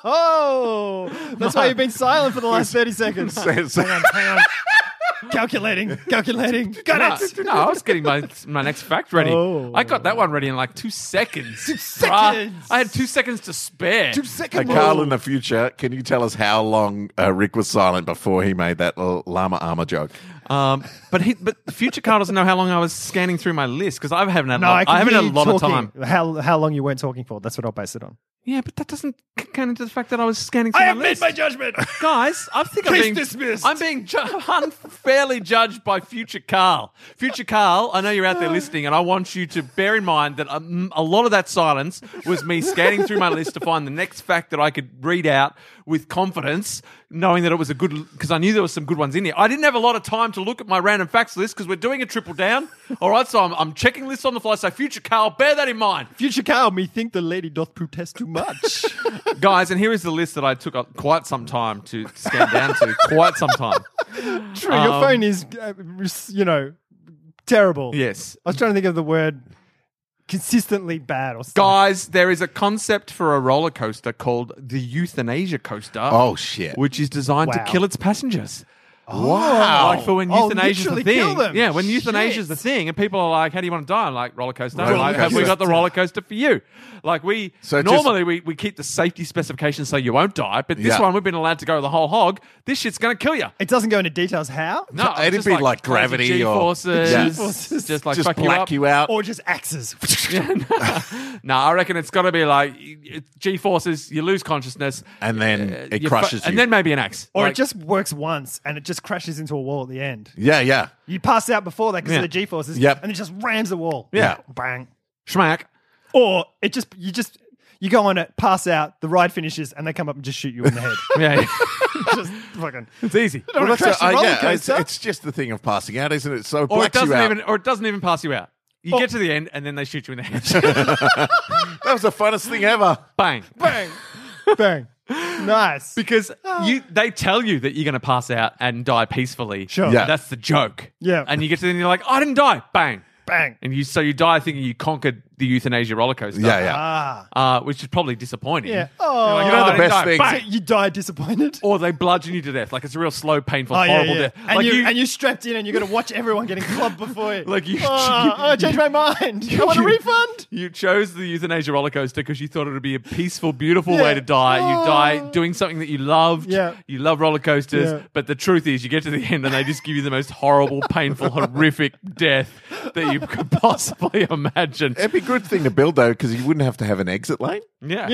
Speaker 1: <laughs>
Speaker 4: Oh! ho. that's why you've been silent for the last 30 seconds.
Speaker 1: So- so-
Speaker 4: Hang on. calculating, calculating. Got it.
Speaker 3: No, no, I was getting my my next fact ready.
Speaker 4: Oh.
Speaker 3: I got that one ready in like two seconds. Two
Speaker 4: seconds.
Speaker 3: I had two seconds to spare.
Speaker 4: Two
Speaker 1: Uh,
Speaker 4: seconds.
Speaker 1: Carl, in the future, can you tell us how long uh, Rick was silent before he made that l- llama armor joke?
Speaker 3: Um, but he, but future Carl doesn't know how long I was scanning through my list because I haven't had.
Speaker 4: No,
Speaker 3: a
Speaker 4: I,
Speaker 3: lot,
Speaker 4: can
Speaker 3: I haven't
Speaker 4: hear
Speaker 3: had a
Speaker 4: you
Speaker 3: lot of time.
Speaker 4: talking. How how long you weren't talking for? That's what I'll base it on.
Speaker 3: Yeah, but that doesn't c- count into the fact that I was scanning through my list.
Speaker 4: judgment. <laughs>
Speaker 3: Guys, I think I'm
Speaker 4: Case
Speaker 3: being
Speaker 4: dismissed.
Speaker 3: I'm being ju- unfairly judged by future Carl. Future Carl, I know you're
Speaker 4: Uh.
Speaker 3: out there listening, and I want you to bear in mind that um, a lot of that silence was me scanning through my list to find the next fact that I could read out with confidence, knowing that it was a good because I knew there was some good ones in here. I didn't have a lot of time to look at my random facts list because we're doing a triple down. All right, so I'm, I'm checking lists on the fly. So future Carl, bear that in mind.
Speaker 4: Future Carl, me think the lady doth protest too
Speaker 1: <laughs>
Speaker 4: much.
Speaker 3: Guys, and here is the list that I took up quite some time to scan down to. Quite some time.
Speaker 4: True, your
Speaker 3: Um,
Speaker 4: phone is, uh, res- you know, terrible.
Speaker 3: Yes.
Speaker 4: I was trying to think of the word consistently bad or something.
Speaker 3: Guys, there is a concept for a roller coaster called the euthanasia coaster.
Speaker 1: Oh, shit. Oh.
Speaker 3: Which is designed to
Speaker 4: Wow.
Speaker 3: kill its passengers.
Speaker 1: Wow.
Speaker 3: Like for when
Speaker 4: Oh,
Speaker 3: euthanasia's the
Speaker 4: literally
Speaker 3: thing.
Speaker 4: kill them.
Speaker 3: Yeah, when euthanasia is
Speaker 4: Shit.
Speaker 3: the thing, and people are like, "How do you want to die?" I'm like roller coaster.
Speaker 1: Roller
Speaker 3: like, have we
Speaker 1: coaster.
Speaker 3: got the roller coaster for you? Like we
Speaker 1: So just-
Speaker 3: normally we, we keep the safety specifications so you won't die, but this
Speaker 1: Yeah.
Speaker 3: one we've been allowed to go the whole hog. This shit's gonna kill you.
Speaker 4: It doesn't go into details how,
Speaker 3: No,
Speaker 1: It'd
Speaker 3: just
Speaker 1: be like
Speaker 3: crazy
Speaker 1: gravity or-
Speaker 3: G-forces,
Speaker 1: Yeah.
Speaker 4: G-forces.
Speaker 3: just like
Speaker 1: Just
Speaker 3: fuck you
Speaker 1: black
Speaker 3: up.
Speaker 1: you, out.
Speaker 4: or just
Speaker 3: <laughs>
Speaker 4: axes.
Speaker 3: no, I reckon it's got to be like G forces. You lose consciousness,
Speaker 1: And then
Speaker 3: uh,
Speaker 1: it
Speaker 3: you
Speaker 1: crushes
Speaker 3: fu- and
Speaker 1: you.
Speaker 3: then maybe an axe,
Speaker 4: Or
Speaker 3: Like,
Speaker 4: it just works once and it just crashes into a wall at the end.
Speaker 1: yeah, yeah.
Speaker 4: You pass out before that because
Speaker 3: Yeah.
Speaker 4: of the G forces,
Speaker 1: Yep.
Speaker 4: and it just rams the wall.
Speaker 1: Yeah.
Speaker 4: Bang.
Speaker 3: schmack.
Speaker 4: Or it just, you just, you go on it, pass out, the ride finishes, and they come up and just shoot you in the head.
Speaker 3: <laughs> Yeah,
Speaker 4: <laughs> just fucking.
Speaker 3: it's easy.
Speaker 1: Well,
Speaker 4: wanna
Speaker 1: that's
Speaker 3: uh,
Speaker 4: crash the roller
Speaker 1: yeah, it's,
Speaker 4: coaster.
Speaker 1: it's just the thing of passing out, isn't it? So it
Speaker 3: Or it
Speaker 1: blacks you
Speaker 3: doesn't
Speaker 1: out.
Speaker 3: even, or it doesn't even pass you out. You get to the end, and then they shoot you in the <laughs> head.
Speaker 1: That was the funnest thing ever.
Speaker 3: Bang.
Speaker 4: Bang.
Speaker 3: <laughs>
Speaker 4: Bang. Nice. <sighs>
Speaker 3: Because
Speaker 4: Ah.
Speaker 3: you, they tell you that you're going to pass out and die peacefully.
Speaker 4: Sure.
Speaker 1: Yeah.
Speaker 3: That's the joke.
Speaker 4: Yeah.
Speaker 3: And you get to the end, you're like, I didn't die. Bang.
Speaker 4: Bang.
Speaker 3: And you, so you die thinking you conquered the euthanasia roller coaster.
Speaker 1: Yeah, yeah.
Speaker 4: Ah.
Speaker 3: Uh, which is probably disappointing.
Speaker 4: Yeah. Oh.
Speaker 3: You're
Speaker 1: You know the
Speaker 3: "Oh, I didn't
Speaker 1: best
Speaker 3: die."
Speaker 1: thing-
Speaker 3: Bang.
Speaker 4: So you die disappointed.
Speaker 3: or they bludgeon you to death. Like it's a real slow, painful,
Speaker 4: Oh, yeah,
Speaker 3: horrible
Speaker 4: yeah.
Speaker 3: death.
Speaker 4: And,
Speaker 3: like
Speaker 4: you, and you're strapped in and you're going to watch everyone getting clubbed before you.
Speaker 3: Like you-
Speaker 4: Oh,
Speaker 3: you-
Speaker 4: oh, I changed my mind. <laughs> I want a
Speaker 3: you-
Speaker 4: refund.
Speaker 3: you chose the euthanasia roller coaster because you thought it would be a peaceful, beautiful
Speaker 4: Yeah.
Speaker 3: way to die. You
Speaker 4: Oh.
Speaker 3: die doing something that you loved.
Speaker 4: Yeah.
Speaker 3: You love roller coasters,
Speaker 4: Yeah.
Speaker 3: but the truth is, you get to the end and they just give you the most horrible, painful, <laughs> horrific death that you could possibly imagine.
Speaker 1: It'd be a good thing to build, though, because you wouldn't have to have an exit lane.
Speaker 3: Yeah.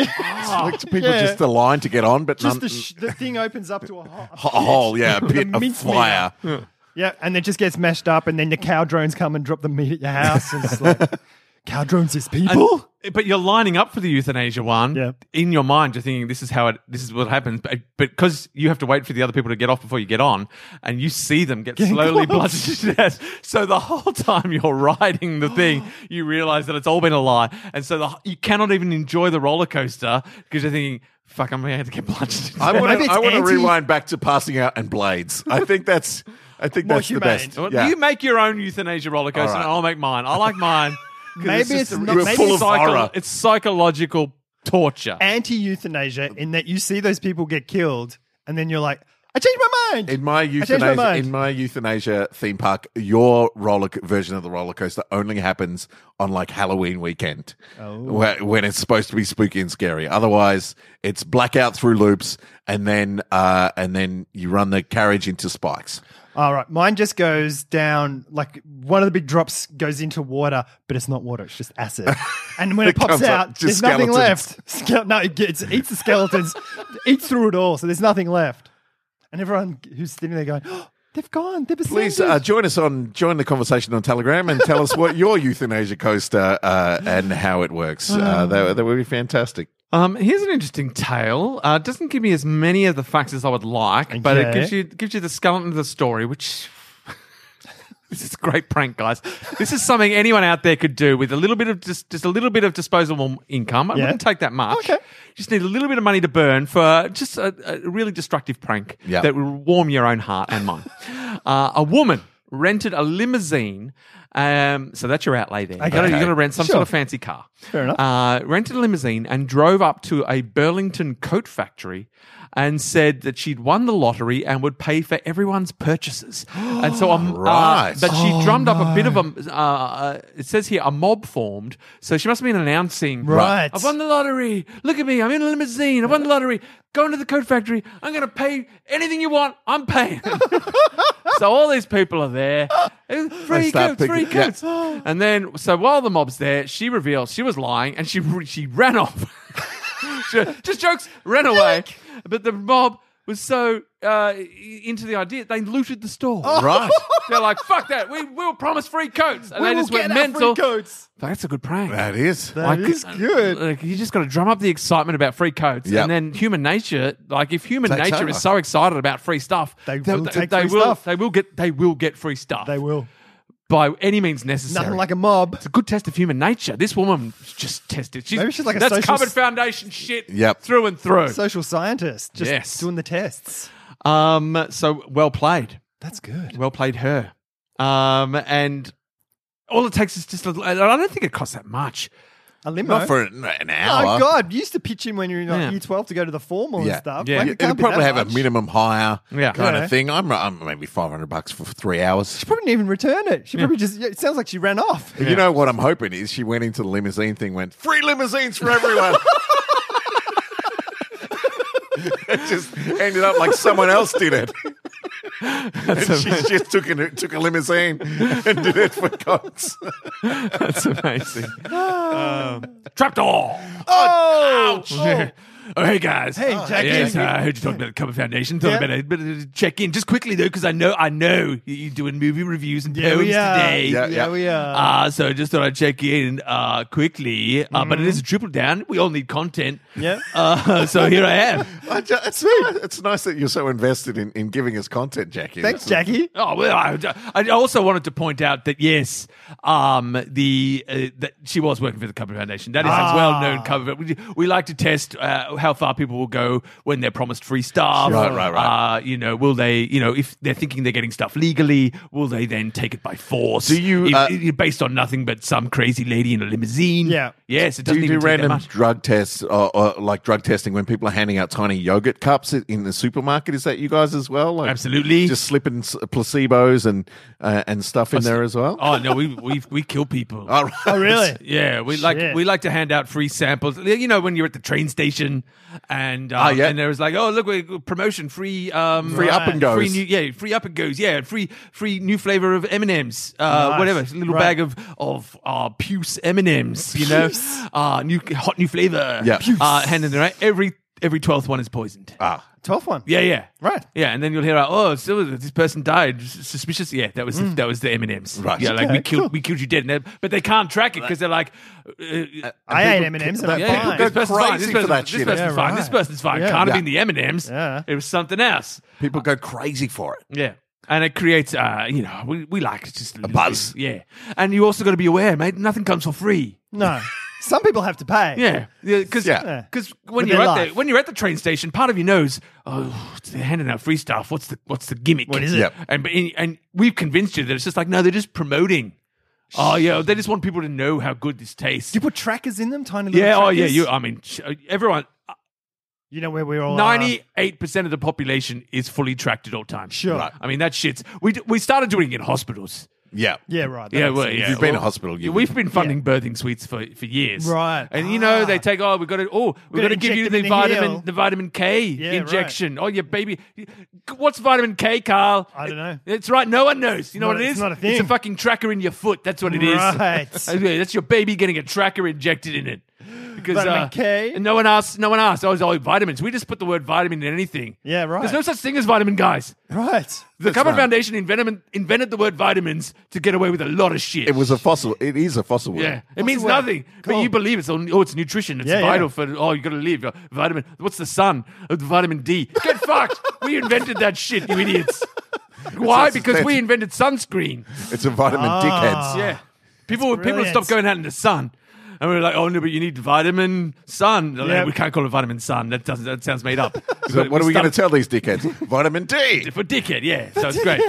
Speaker 1: like to people
Speaker 4: Oh, <laughs> yeah.
Speaker 1: just a line to get on, but
Speaker 4: Just
Speaker 1: none,
Speaker 4: the, sh- the thing opens up to a hole.
Speaker 1: Um, <laughs> a hole,
Speaker 4: <laughs>
Speaker 1: yeah, a pit
Speaker 4: The
Speaker 1: of
Speaker 4: mince meat.
Speaker 1: fire.
Speaker 4: Hmm. Yeah, and it just gets mashed up, and then the cow drones come and drop the meat at your house. And it's like, cow drones is
Speaker 3: And-
Speaker 4: people?
Speaker 3: but you're lining up for the euthanasia one.
Speaker 4: Yeah.
Speaker 3: In your mind, you're thinking this is how it, this is what happens. But because you have to wait for the other people to get off before you get on, and you see them get slowly bludgeoned to death. So the whole time you're riding
Speaker 1: <gasps>
Speaker 3: the thing, you realize that it's all been a lie, and so the, you cannot even enjoy the roller coaster because you're thinking, "Fuck, I'm going to get bludgeoned." To death.
Speaker 1: I <laughs> want
Speaker 4: Maybe
Speaker 1: to
Speaker 4: it's
Speaker 1: I want to
Speaker 4: anti-
Speaker 1: rewind back to passing out and blades. I think that's I think
Speaker 4: More
Speaker 1: that's
Speaker 4: humane.
Speaker 1: the best.
Speaker 3: Well,
Speaker 1: Yeah.
Speaker 3: You make your own euthanasia roller coaster,
Speaker 1: All right.
Speaker 3: and I'll make mine. I
Speaker 1: <laughs>
Speaker 3: like mine. 'cause
Speaker 4: Maybe
Speaker 3: just
Speaker 4: it's
Speaker 3: a-
Speaker 4: not- maybe
Speaker 1: it's- horror.
Speaker 3: It's psychological torture.
Speaker 4: Anti euthanasia, in that you see those people get killed, and then you're like, I changed my mind.
Speaker 1: in my
Speaker 4: changed my
Speaker 1: euthanasia,
Speaker 4: mind.
Speaker 1: in my euthanasia theme park, your roller co- version of the roller coaster only happens on like Halloween weekend,
Speaker 4: Oh.
Speaker 1: where, when it's supposed to be spooky and scary. Otherwise, it's blackout through loops, and then uh, and then you run the carriage into spikes.
Speaker 4: All right, mine just goes down like one of the big drops goes into water, but it's not water; it's just
Speaker 1: <laughs>
Speaker 4: acid. And when it,
Speaker 1: It
Speaker 4: pops
Speaker 1: comes up,
Speaker 4: out,
Speaker 1: just
Speaker 4: there's nothing
Speaker 1: skeletons.
Speaker 4: left. Ske- no, it gets, eats the skeletons, <laughs> eats through it all, so there's nothing left. And everyone who's sitting there going, oh, "They've gone. They've
Speaker 1: Please uh,
Speaker 4: ascended."
Speaker 1: join us on join the conversation on Telegram and tell us what your euthanasia coaster uh, and how it works.
Speaker 4: Oh.
Speaker 1: Uh, that, that would be fantastic.
Speaker 3: Um, here's an interesting tale. Uh, it doesn't give me as many of the facts as I would like, but it
Speaker 4: Okay.
Speaker 3: gives you gives you the skeleton of the story, which <laughs> this is a great prank, guys. This is something anyone out there could do with a little bit of just, just a little bit of disposable income. It
Speaker 4: Yeah.
Speaker 3: wouldn't take that much.
Speaker 4: Okay.
Speaker 3: Just need a little bit of money to burn for just a, a really destructive prank
Speaker 1: Yeah.
Speaker 4: <laughs>
Speaker 3: that will warm your own heart and mine. uh, a woman rented a limousine Um, so that's your outlay there. You gotta-
Speaker 4: Okay.
Speaker 3: You're going to rent some
Speaker 4: Sure.
Speaker 3: sort of fancy car.
Speaker 4: Fair enough.
Speaker 3: Uh, rented a limousine and drove up to a Burlington coat factory and said that she'd won the lottery and would pay for everyone's purchases. and so, um, uh,
Speaker 1: Right.
Speaker 3: but she drummed up a bit of a, uh, uh, it says here, a mob formed. So she must have been announcing,
Speaker 4: Right.
Speaker 3: I've won the lottery. Look at me. I'm in a limousine. I won the lottery. Going to the coat factory. I'm going to pay anything you want. I'm paying. <laughs> so all these people are there. Free
Speaker 1: start
Speaker 3: coats, free
Speaker 1: picking- yeah.
Speaker 3: coats. And then, so while the mob's there, she reveals she was lying and she she ran off. <laughs> She- just jokes, ran away. But the mob was so uh, into the idea, they looted the store.
Speaker 4: <laughs>
Speaker 1: Right.
Speaker 3: They're like, fuck that. We will promise free coats. And they just went mental. That's a good prank.
Speaker 1: That is.
Speaker 4: That
Speaker 3: Like, uh,
Speaker 4: is good.
Speaker 3: Like, you just got to drum up the excitement about free coats,
Speaker 1: Yep.
Speaker 3: and then human nature. Like if human
Speaker 1: Takes
Speaker 3: nature
Speaker 1: over.
Speaker 3: is so excited about free stuff,
Speaker 4: They will take free
Speaker 3: will,
Speaker 4: stuff.
Speaker 3: They will get. They will get free stuff.
Speaker 4: They will.
Speaker 3: by any means necessary.
Speaker 4: Nothing like a mob.
Speaker 3: it's a good test of human nature. This woman just tested. She's,
Speaker 4: Maybe she's like a
Speaker 3: that's
Speaker 4: social
Speaker 3: covered
Speaker 4: s-
Speaker 3: foundation shit.
Speaker 1: Yep.
Speaker 3: through and through.
Speaker 4: Social scientist. Just
Speaker 3: Yes.
Speaker 4: doing the tests.
Speaker 3: um, so well played.
Speaker 4: That's good.
Speaker 3: Well played her. Um, and all it takes is just. A, little- and I don't think it costs that
Speaker 4: <laughs>
Speaker 3: much.
Speaker 4: A limo.
Speaker 1: Not for an an hour.
Speaker 4: Oh God! You used to pitch in when you were in like,
Speaker 3: Yeah.
Speaker 4: year twelve to go to the formal
Speaker 1: Yeah.
Speaker 4: and stuff.
Speaker 3: Yeah.
Speaker 4: Like, it
Speaker 1: You
Speaker 4: can't
Speaker 1: could
Speaker 4: be that
Speaker 1: probably have a
Speaker 4: much.
Speaker 1: minimum hire
Speaker 3: Yeah.
Speaker 1: kind
Speaker 4: Yeah.
Speaker 1: of thing. I'm, I'm maybe 500 bucks for three hours.
Speaker 4: She probably didn't even return it. She probably just. yeah, It sounds like she ran off.
Speaker 3: Oh,
Speaker 1: You know what I'm hoping is she went into the limousine thing, went free limousines for <laughs> everyone. it just ended up like someone else did it. and she just took a, took a limousine and did it for coats.
Speaker 3: That's amazing.
Speaker 4: <laughs>
Speaker 3: um, trapdoor.
Speaker 4: Oh,
Speaker 3: Yeah. Oh, hey guys.
Speaker 4: Hey,
Speaker 3: Oh,
Speaker 4: Jackie.
Speaker 3: Yes, I heard you talking about the Cover Foundation. Thought
Speaker 4: Yeah.
Speaker 3: about it, but uh, check in just quickly though, because I know I know you're doing movie reviews and
Speaker 4: Yeah,
Speaker 3: poems
Speaker 4: we are.
Speaker 3: today.
Speaker 1: Yeah,
Speaker 4: Yeah,
Speaker 1: yeah.
Speaker 4: we are.
Speaker 3: Uh, so just thought I'd check in uh, quickly. Uh, But it is a triple down. We all need content.
Speaker 4: Mm-hmm. Yeah.
Speaker 3: Uh, <laughs> so here I am.
Speaker 4: <laughs>
Speaker 1: I ju- it's, nice, it's nice that you're so invested in, in giving us content, Jackie.
Speaker 4: Thanks,
Speaker 1: That's-
Speaker 4: Jackie.
Speaker 3: Oh well, I, I also wanted to point out that yes, um, the uh, that she was working for the Cover Foundation. That is
Speaker 4: Ah.
Speaker 3: a well-known cover. We, we like to test uh, how far people will go when they're promised free stuff.
Speaker 1: Sure. Right, right, right.
Speaker 3: Uh, you know, will they? You know, if they're thinking they're getting stuff legally, will they then take it by force?
Speaker 1: Do you,
Speaker 3: If-
Speaker 1: uh,
Speaker 3: if based on nothing but some crazy lady in a limousine?
Speaker 4: Yeah.
Speaker 3: Yes, it
Speaker 1: Do
Speaker 3: doesn't
Speaker 1: you do
Speaker 3: even take that
Speaker 1: random
Speaker 3: much.
Speaker 1: drug tests, or, or like drug testing, when people are handing out tiny yogurt cups i- in the supermarket? Is that you guys as well? Like
Speaker 3: Absolutely.
Speaker 1: just slipping s- placebos and uh, and stuff in there as well.
Speaker 3: Oh no, we we we kill
Speaker 1: <laughs>
Speaker 3: people.
Speaker 1: All right.
Speaker 4: Oh, really?
Speaker 3: Yeah, we like
Speaker 4: Shit.
Speaker 3: we like to hand out free samples. You know, when you're at the train station, and uh,
Speaker 1: Ah, yeah.
Speaker 3: and there was like, oh look, we promotion free, um,
Speaker 1: Free up and goes.
Speaker 3: free new, yeah, free up and goes, yeah, free free new flavor of M and M's, uh,
Speaker 4: Nice.
Speaker 3: whatever, little
Speaker 4: Right.
Speaker 3: bag of of uh, puce M and M's, you know, uh, new hot new flavor,
Speaker 1: Yeah. Puce.
Speaker 3: uh, handing them out. Every every twelfth one is poisoned.
Speaker 1: Ah,
Speaker 4: Twelfth one.
Speaker 3: yeah, yeah,
Speaker 4: Right.
Speaker 3: Yeah, and then you'll hear, like, oh, so this person died, s- suspicious. Yeah, that was the, that was the M and M's.
Speaker 1: Right.
Speaker 3: Yeah, like we
Speaker 4: Okay,
Speaker 3: killed
Speaker 4: cool.
Speaker 3: we killed you dead, and they- but they can't track it because they're like, uh,
Speaker 4: I ate M and M's and I'm
Speaker 1: Yeah,
Speaker 3: yeah,
Speaker 1: people
Speaker 4: fine.
Speaker 1: go
Speaker 3: this person's fine. This
Speaker 1: crazy for
Speaker 3: person's,
Speaker 1: that
Speaker 3: this
Speaker 1: shit.
Speaker 3: person's
Speaker 4: Yeah,
Speaker 3: fine.
Speaker 4: right.
Speaker 3: This person's fine.
Speaker 4: Yeah.
Speaker 3: Can't
Speaker 1: Yeah.
Speaker 3: have been the M and M's.
Speaker 4: Yeah.
Speaker 3: It was something else.
Speaker 1: people go crazy for it.
Speaker 3: Yeah. And it creates, uh, you know, we, we like it just a little
Speaker 1: buzz.
Speaker 3: bit. Yeah. And you also got to be aware, mate. Nothing comes for free.
Speaker 4: <laughs> No, some people have to pay.
Speaker 3: Yeah, because
Speaker 1: Yeah.
Speaker 3: when
Speaker 4: With
Speaker 3: you're
Speaker 4: their
Speaker 3: at the
Speaker 4: life.
Speaker 3: when you're at the train station, part of you knows, oh, they're handing out free stuff. What's the what's the gimmick?
Speaker 4: What is it?
Speaker 1: Yep.
Speaker 3: And but- and we've convinced you that it's just like no, they're just promoting. Oh yeah, they just want people to know how good this tastes.
Speaker 4: Do you put trackers in them? Tiny little
Speaker 3: Yeah, oh yeah,
Speaker 4: trackers?
Speaker 3: you. I mean, sh- everyone,
Speaker 4: You know where we're all are.
Speaker 3: ninety-eight percent of the population is fully tracked at all times.
Speaker 4: Sure. Right.
Speaker 3: I mean, that shit's. We d- we started doing it in hospitals.
Speaker 1: Yeah.
Speaker 4: Yeah, right. that
Speaker 3: Yeah,
Speaker 4: makes
Speaker 3: well,
Speaker 4: sense.
Speaker 3: yeah.
Speaker 1: you've been
Speaker 3: well,
Speaker 1: to hospital, you-
Speaker 3: we've been funding birthing suites for, for years,
Speaker 4: Right.
Speaker 3: And you know they
Speaker 4: Ah.
Speaker 3: take oh we've got to oh we've got
Speaker 4: Gotta
Speaker 3: to give
Speaker 4: inject
Speaker 3: you
Speaker 4: them
Speaker 3: the
Speaker 4: in the
Speaker 3: vitamin
Speaker 4: heel.
Speaker 3: the vitamin K
Speaker 4: right.
Speaker 3: injection. Oh your baby, what's vitamin K, Carl?
Speaker 4: I don't know.
Speaker 3: It's right. No one knows. You know
Speaker 4: No,
Speaker 3: what it is?
Speaker 4: it's not a
Speaker 3: It's a
Speaker 4: thing.
Speaker 3: fucking tracker in your foot. That's what it is.
Speaker 4: Right.
Speaker 3: Okay, <laughs> That's your baby getting a tracker injected in it. Because
Speaker 4: Vitamin
Speaker 3: uh,
Speaker 4: K?
Speaker 3: No one asked. No one asked. Oh, it's all vitamins. We just put the word vitamin in anything.
Speaker 4: Yeah, right.
Speaker 3: There's no such thing as vitamin, guys.
Speaker 4: Right.
Speaker 3: The Carbon
Speaker 1: right.
Speaker 3: Foundation invented, invented the word vitamins to get away with a lot of shit.
Speaker 1: It was a fossil. It is a fossil. word.
Speaker 3: yeah, it means
Speaker 4: the word?
Speaker 3: nothing, but
Speaker 4: Cool.
Speaker 3: you believe it's all, oh, it's nutrition, it's
Speaker 4: Yeah, yeah.
Speaker 3: vital for oh, you got to live. uh, Vitamin, what's the sun? Uh, vitamin D. Get
Speaker 4: <laughs>
Speaker 3: fucked. We invented that shit, you idiots.
Speaker 1: It's-
Speaker 3: Why?
Speaker 1: it's-
Speaker 3: Because we invented sunscreen.
Speaker 1: It's a vitamin dickheads.
Speaker 3: Ah. Yeah, people people
Speaker 4: Ah, brilliant.
Speaker 3: stop going out in the sun. And we were like, oh no, but you need vitamin sun. They're like,
Speaker 4: Yeah.
Speaker 3: we can't call it vitamin sun. That doesn't. That sounds made
Speaker 4: <laughs>
Speaker 3: up.
Speaker 1: So what are we going to
Speaker 3: to
Speaker 1: tell these dickheads?
Speaker 3: <laughs>
Speaker 1: Vitamin D.
Speaker 3: for dickhead? Yeah, so it's great.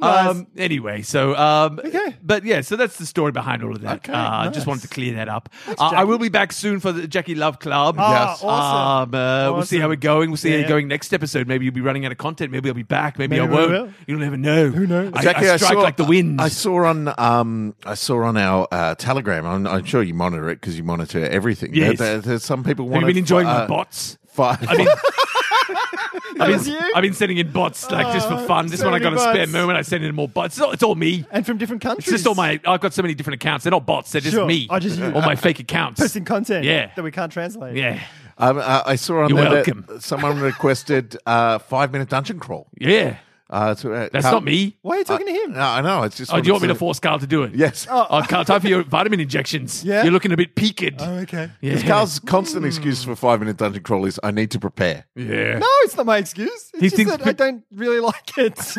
Speaker 4: Nice.
Speaker 3: um, anyway, so um,
Speaker 4: Okay.
Speaker 3: but yeah, so that's the story behind all of that.
Speaker 1: Okay,
Speaker 3: uh, I
Speaker 4: nice.
Speaker 3: just wanted to clear that up. Uh, I will be back soon for the Jackie Love Club.
Speaker 4: Ah,
Speaker 1: Yes.
Speaker 4: awesome.
Speaker 3: Um, uh, We'll see how
Speaker 4: Awesome.
Speaker 3: we're going. We'll see how
Speaker 4: Yeah,
Speaker 3: you're
Speaker 4: yeah.
Speaker 3: going next episode. Maybe you'll be running out of content. Maybe I'll be back. Maybe, I
Speaker 4: Maybe we
Speaker 3: won't.
Speaker 4: will.
Speaker 3: You'll never know. Who
Speaker 4: knows?
Speaker 3: I,
Speaker 1: Jackie,
Speaker 3: I strike like the wind.
Speaker 1: I saw on um, I saw on our uh, Telegram. I'm, I'm sure you monitor it because you monitor everything.
Speaker 3: Yes.
Speaker 1: There, there- there's some people.
Speaker 3: Have you been enjoying
Speaker 1: uh,
Speaker 3: my bots? I
Speaker 4: <laughs>
Speaker 3: mean, I've
Speaker 4: was
Speaker 3: been,
Speaker 4: you?
Speaker 3: I've been sending in bots like just for
Speaker 4: Oh,
Speaker 3: fun. Just
Speaker 4: so
Speaker 3: when I got
Speaker 4: many
Speaker 3: a spare
Speaker 4: bots.
Speaker 3: moment, I send in more bots. It's all, it's all me.
Speaker 4: and from different countries.
Speaker 3: It's just all my. I've got so many different accounts. They're not bots. They're just
Speaker 4: Sure.
Speaker 3: me.
Speaker 4: I just-
Speaker 3: all my fake accounts.
Speaker 4: posting content
Speaker 3: Yeah.
Speaker 4: that we can't translate.
Speaker 3: Yeah,
Speaker 1: <laughs> Um, uh, I saw on
Speaker 3: You're
Speaker 1: there that
Speaker 3: welcome.
Speaker 1: <laughs> someone requested uh, five minute dungeon crawl.
Speaker 3: yeah.
Speaker 1: Uh, to, uh,
Speaker 3: That's
Speaker 1: Carl-
Speaker 3: not me.
Speaker 4: Why are you talking to him?
Speaker 1: No, I know. It's just.
Speaker 3: Oh,
Speaker 1: what
Speaker 3: do you want me to
Speaker 1: it's-
Speaker 3: force Carl to do it?
Speaker 1: uh, Yes.
Speaker 3: Oh, Carl, time for your vitamin injections.
Speaker 4: Yeah?
Speaker 3: You're looking a bit peaked.
Speaker 4: Oh, okay.
Speaker 3: yeah.
Speaker 1: Carl's constant excuse for five minute dungeon crawl is I need to prepare.
Speaker 3: yeah.
Speaker 4: No, it's not my excuse. It's
Speaker 3: He
Speaker 4: just
Speaker 3: thinks
Speaker 4: that
Speaker 3: pe-
Speaker 4: I don't really <laughs> like it.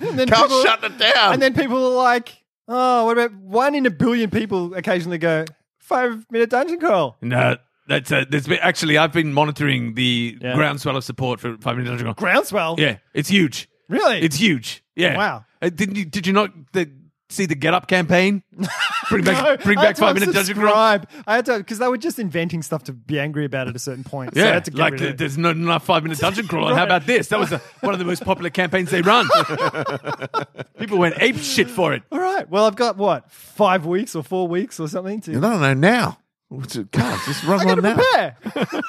Speaker 4: and then
Speaker 1: Carl, shut it down.
Speaker 3: Um,
Speaker 4: And then people are like, oh, what about one in a billion people occasionally go, five minute dungeon crawl.
Speaker 3: No, that's uh, there's been, actually I've been monitoring the
Speaker 4: Yeah.
Speaker 3: groundswell of support for Five Minute Underground.
Speaker 4: Groundswell.
Speaker 3: Yeah, it's huge.
Speaker 4: Really?
Speaker 3: It's huge. Yeah.
Speaker 4: Wow.
Speaker 3: Uh, didn't you? Did you not the, see the Get Up
Speaker 4: <laughs>
Speaker 3: campaign? Bring back,
Speaker 4: <laughs> No,
Speaker 3: bring
Speaker 4: I had
Speaker 3: back
Speaker 4: to
Speaker 3: Five Minute Dungeon Crawl.
Speaker 4: unsubscribe. I had to because they were just inventing stuff to be angry about at a certain point. so I
Speaker 3: Yeah,
Speaker 4: had to get
Speaker 3: like
Speaker 4: rid of it.
Speaker 3: there's not enough five minute
Speaker 4: <laughs>
Speaker 3: dungeon crawler. How about this? That was the one of the most popular campaigns they run. People went ape shit for it.
Speaker 4: All right. Well, I've got what five weeks or four weeks or something to.
Speaker 1: no, no, now. What's it- Carl, just run
Speaker 4: <laughs> I
Speaker 1: one
Speaker 4: got to
Speaker 1: now.
Speaker 3: <laughs>
Speaker 4: prepare.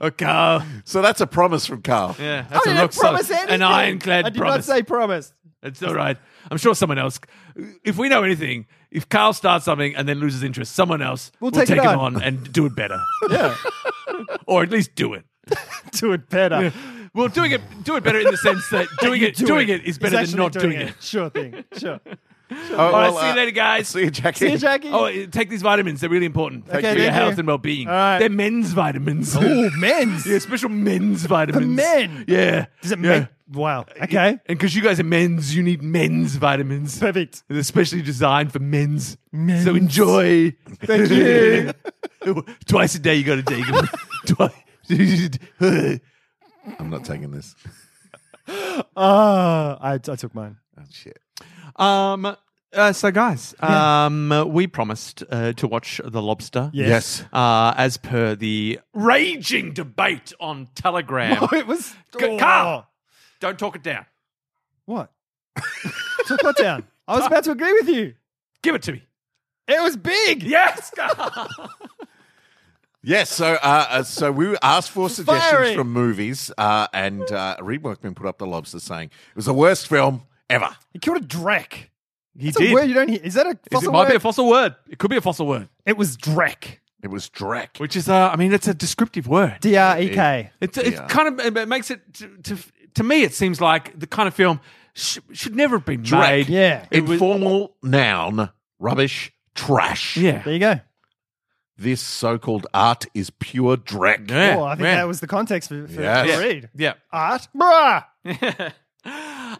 Speaker 3: Okay, yeah,
Speaker 1: So that's a promise from Carl.
Speaker 4: I
Speaker 3: that's a
Speaker 4: didn't
Speaker 3: rock solid,
Speaker 4: promise anything.
Speaker 3: an
Speaker 4: I
Speaker 3: ironclad
Speaker 4: did
Speaker 3: promise.
Speaker 4: not say promise. <laughs>
Speaker 3: It's all right. I'm sure someone else. If we know anything, if Carl starts something and then loses interest, someone else will
Speaker 4: take it
Speaker 3: it,
Speaker 4: on.
Speaker 3: on and do it better,
Speaker 4: <laughs> Yeah.
Speaker 3: <laughs> or at least do it.
Speaker 4: Do it better.
Speaker 3: Well, doing it, do it better in the sense that doing
Speaker 4: <laughs> You
Speaker 3: it,
Speaker 4: do
Speaker 3: doing it is better
Speaker 4: It's
Speaker 3: than
Speaker 4: actually
Speaker 3: not doing, it.
Speaker 4: Sure thing.
Speaker 3: <laughs>
Speaker 4: Sure.
Speaker 1: Oh,
Speaker 3: All
Speaker 1: well,
Speaker 3: right, see
Speaker 1: uh,
Speaker 3: you later, guys.
Speaker 1: See you, Jackie.
Speaker 4: See you, Jackie.
Speaker 3: Oh, uh, take these vitamins. They're really important for
Speaker 4: Okay,
Speaker 3: your
Speaker 4: thank you.
Speaker 3: health and well-being.
Speaker 4: All right.
Speaker 3: They're men's vitamins.
Speaker 4: oh, men's.
Speaker 3: <laughs> yeah, special men's vitamins.
Speaker 4: men?
Speaker 3: Yeah.
Speaker 4: Does it
Speaker 3: yeah.
Speaker 4: make? Wow. Okay.
Speaker 3: And because you guys are men's, you need men's <laughs> vitamins.
Speaker 4: Perfect.
Speaker 3: They're specially designed for men's.
Speaker 4: Men's.
Speaker 3: So enjoy.
Speaker 4: Thank
Speaker 3: <laughs>
Speaker 4: you.
Speaker 3: Twice a day you got to take <laughs> them. Twice.
Speaker 1: I'm not taking this.
Speaker 4: Ah, I, I took mine.
Speaker 1: Oh, shit.
Speaker 3: <laughs> um. Uh, so, guys, um, we promised uh, to watch The Lobster.
Speaker 4: Yes.
Speaker 1: Yes.
Speaker 3: uh, as per the raging debate on Telegram.
Speaker 4: <laughs>
Speaker 3: <laughs>
Speaker 4: Oh, it was.
Speaker 3: G- Carl! Don't talk it down.
Speaker 4: oh, What? <laughs> took what down? I was about to agree with you.
Speaker 3: Give it to me.
Speaker 4: It was big.
Speaker 3: Yes, Carl.
Speaker 1: Yes, so uh, uh, so we asked for suggestions
Speaker 4: Fiery.
Speaker 1: from movies, uh, and uh, Reed Workman put up The Lobster saying it was the worst film ever.
Speaker 4: <laughs> He killed a drake.
Speaker 3: he
Speaker 4: That's
Speaker 3: did.
Speaker 4: a word you don't hear. Is that a
Speaker 3: Is it
Speaker 4: fossil
Speaker 3: might be
Speaker 4: word?
Speaker 3: a fossil word. It could be a fossil word,
Speaker 4: it was drek.
Speaker 1: It was Drek.
Speaker 3: which is, uh, I mean, it's a descriptive word.
Speaker 4: D R E K.
Speaker 3: It's it's
Speaker 1: Yeah.
Speaker 3: kind of it makes it to, to to me. It seems like the kind of film sh- should never have been made.
Speaker 1: Drek.
Speaker 4: Yeah.
Speaker 3: It was-
Speaker 1: Informal noun, rubbish, trash.
Speaker 3: yeah.
Speaker 4: There you go.
Speaker 1: This so-called art is pure Drek.
Speaker 3: Yeah.
Speaker 4: Oh, I think
Speaker 3: man.
Speaker 4: that was the context for, for,
Speaker 1: Yes. Uh,
Speaker 4: for Reed.
Speaker 3: yeah.
Speaker 4: Art. Bruh.
Speaker 3: <laughs>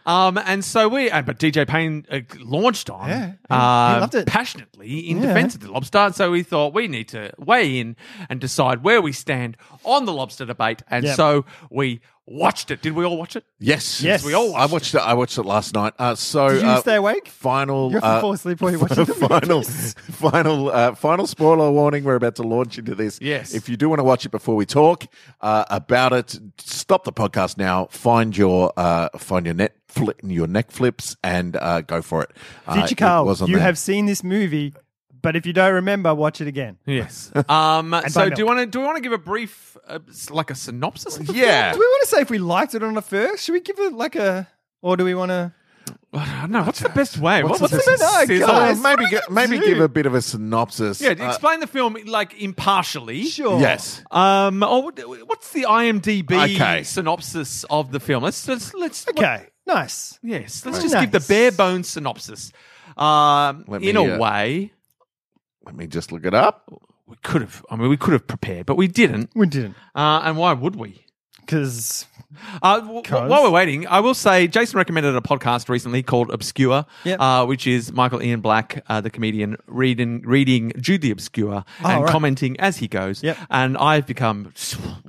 Speaker 3: Um, and so we, uh, but DJ Payne uh, launched on
Speaker 4: Yeah, he-
Speaker 3: uh,
Speaker 4: he loved it.
Speaker 3: passionately in
Speaker 4: Yeah.
Speaker 3: defense of the lobster. And so we thought we need to weigh in and decide where we stand on the lobster debate. And
Speaker 4: Yep.
Speaker 3: so we watched it. Did we all watch it?
Speaker 1: Yes,
Speaker 4: Yes. We all
Speaker 1: I watched it. I watched it last night. Uh, so
Speaker 4: Did you
Speaker 1: uh,
Speaker 4: stay awake?
Speaker 1: Final. uh,
Speaker 4: You have to fall asleep while
Speaker 1: <laughs>
Speaker 4: you watch the <laughs>
Speaker 1: final,
Speaker 4: movies.
Speaker 1: final, uh, final spoiler warning. We're about to launch into this.
Speaker 3: Yes.
Speaker 1: If you do want to watch it before we talk uh, about it, stop the podcast now. Find your uh, find your net fli your neck flips and uh, go for it. Uh,
Speaker 4: Did you,
Speaker 1: it
Speaker 4: Carl?
Speaker 1: was on
Speaker 4: you
Speaker 1: there.
Speaker 4: have seen this movie, but if you don't remember, watch it again.
Speaker 3: Yes. <laughs> um, so
Speaker 4: buy
Speaker 3: do you
Speaker 4: milk.
Speaker 3: want to do we want to give a brief, uh, s- like a synopsis? Of the
Speaker 1: Yeah.
Speaker 4: Do we want to say if we liked it or not first? Should we give it like a, or do we want to?
Speaker 3: I don't know. What's the best way? What's,
Speaker 4: the best-
Speaker 3: best-
Speaker 4: No,
Speaker 3: is-
Speaker 1: Uh,
Speaker 4: guys.
Speaker 3: oh,
Speaker 1: maybe
Speaker 4: what
Speaker 1: gi-
Speaker 4: did
Speaker 1: maybe
Speaker 4: you do?
Speaker 1: give a bit of a synopsis.
Speaker 3: Yeah,
Speaker 1: Uh,
Speaker 3: explain the film like impartially.
Speaker 4: Sure.
Speaker 1: yes.
Speaker 3: Um, oh, what's the IMDb
Speaker 1: Okay.
Speaker 3: synopsis of the film? Let's let's let's
Speaker 4: Okay. Nice.
Speaker 3: Yes, let's
Speaker 4: Right.
Speaker 3: just give the
Speaker 4: Nice.
Speaker 3: bare bones synopsis. Um,
Speaker 1: Let
Speaker 3: in
Speaker 1: me,
Speaker 3: a
Speaker 1: uh,
Speaker 3: way,
Speaker 1: Let me just look it up.
Speaker 3: we could have. I mean, we could have prepared, but we didn't.
Speaker 4: We didn't
Speaker 3: Uh, and why would we?
Speaker 4: because
Speaker 3: Uh, w- w-
Speaker 4: 'Cause?
Speaker 3: while we're waiting, I will say Jason recommended a podcast recently called Obscure,
Speaker 4: Yep.
Speaker 3: uh, which is Michael Ian Black, uh, the comedian, reading, reading Jude the Obscure and
Speaker 4: right.
Speaker 3: commenting as he goes.
Speaker 4: Oh, Yep.
Speaker 3: And I've become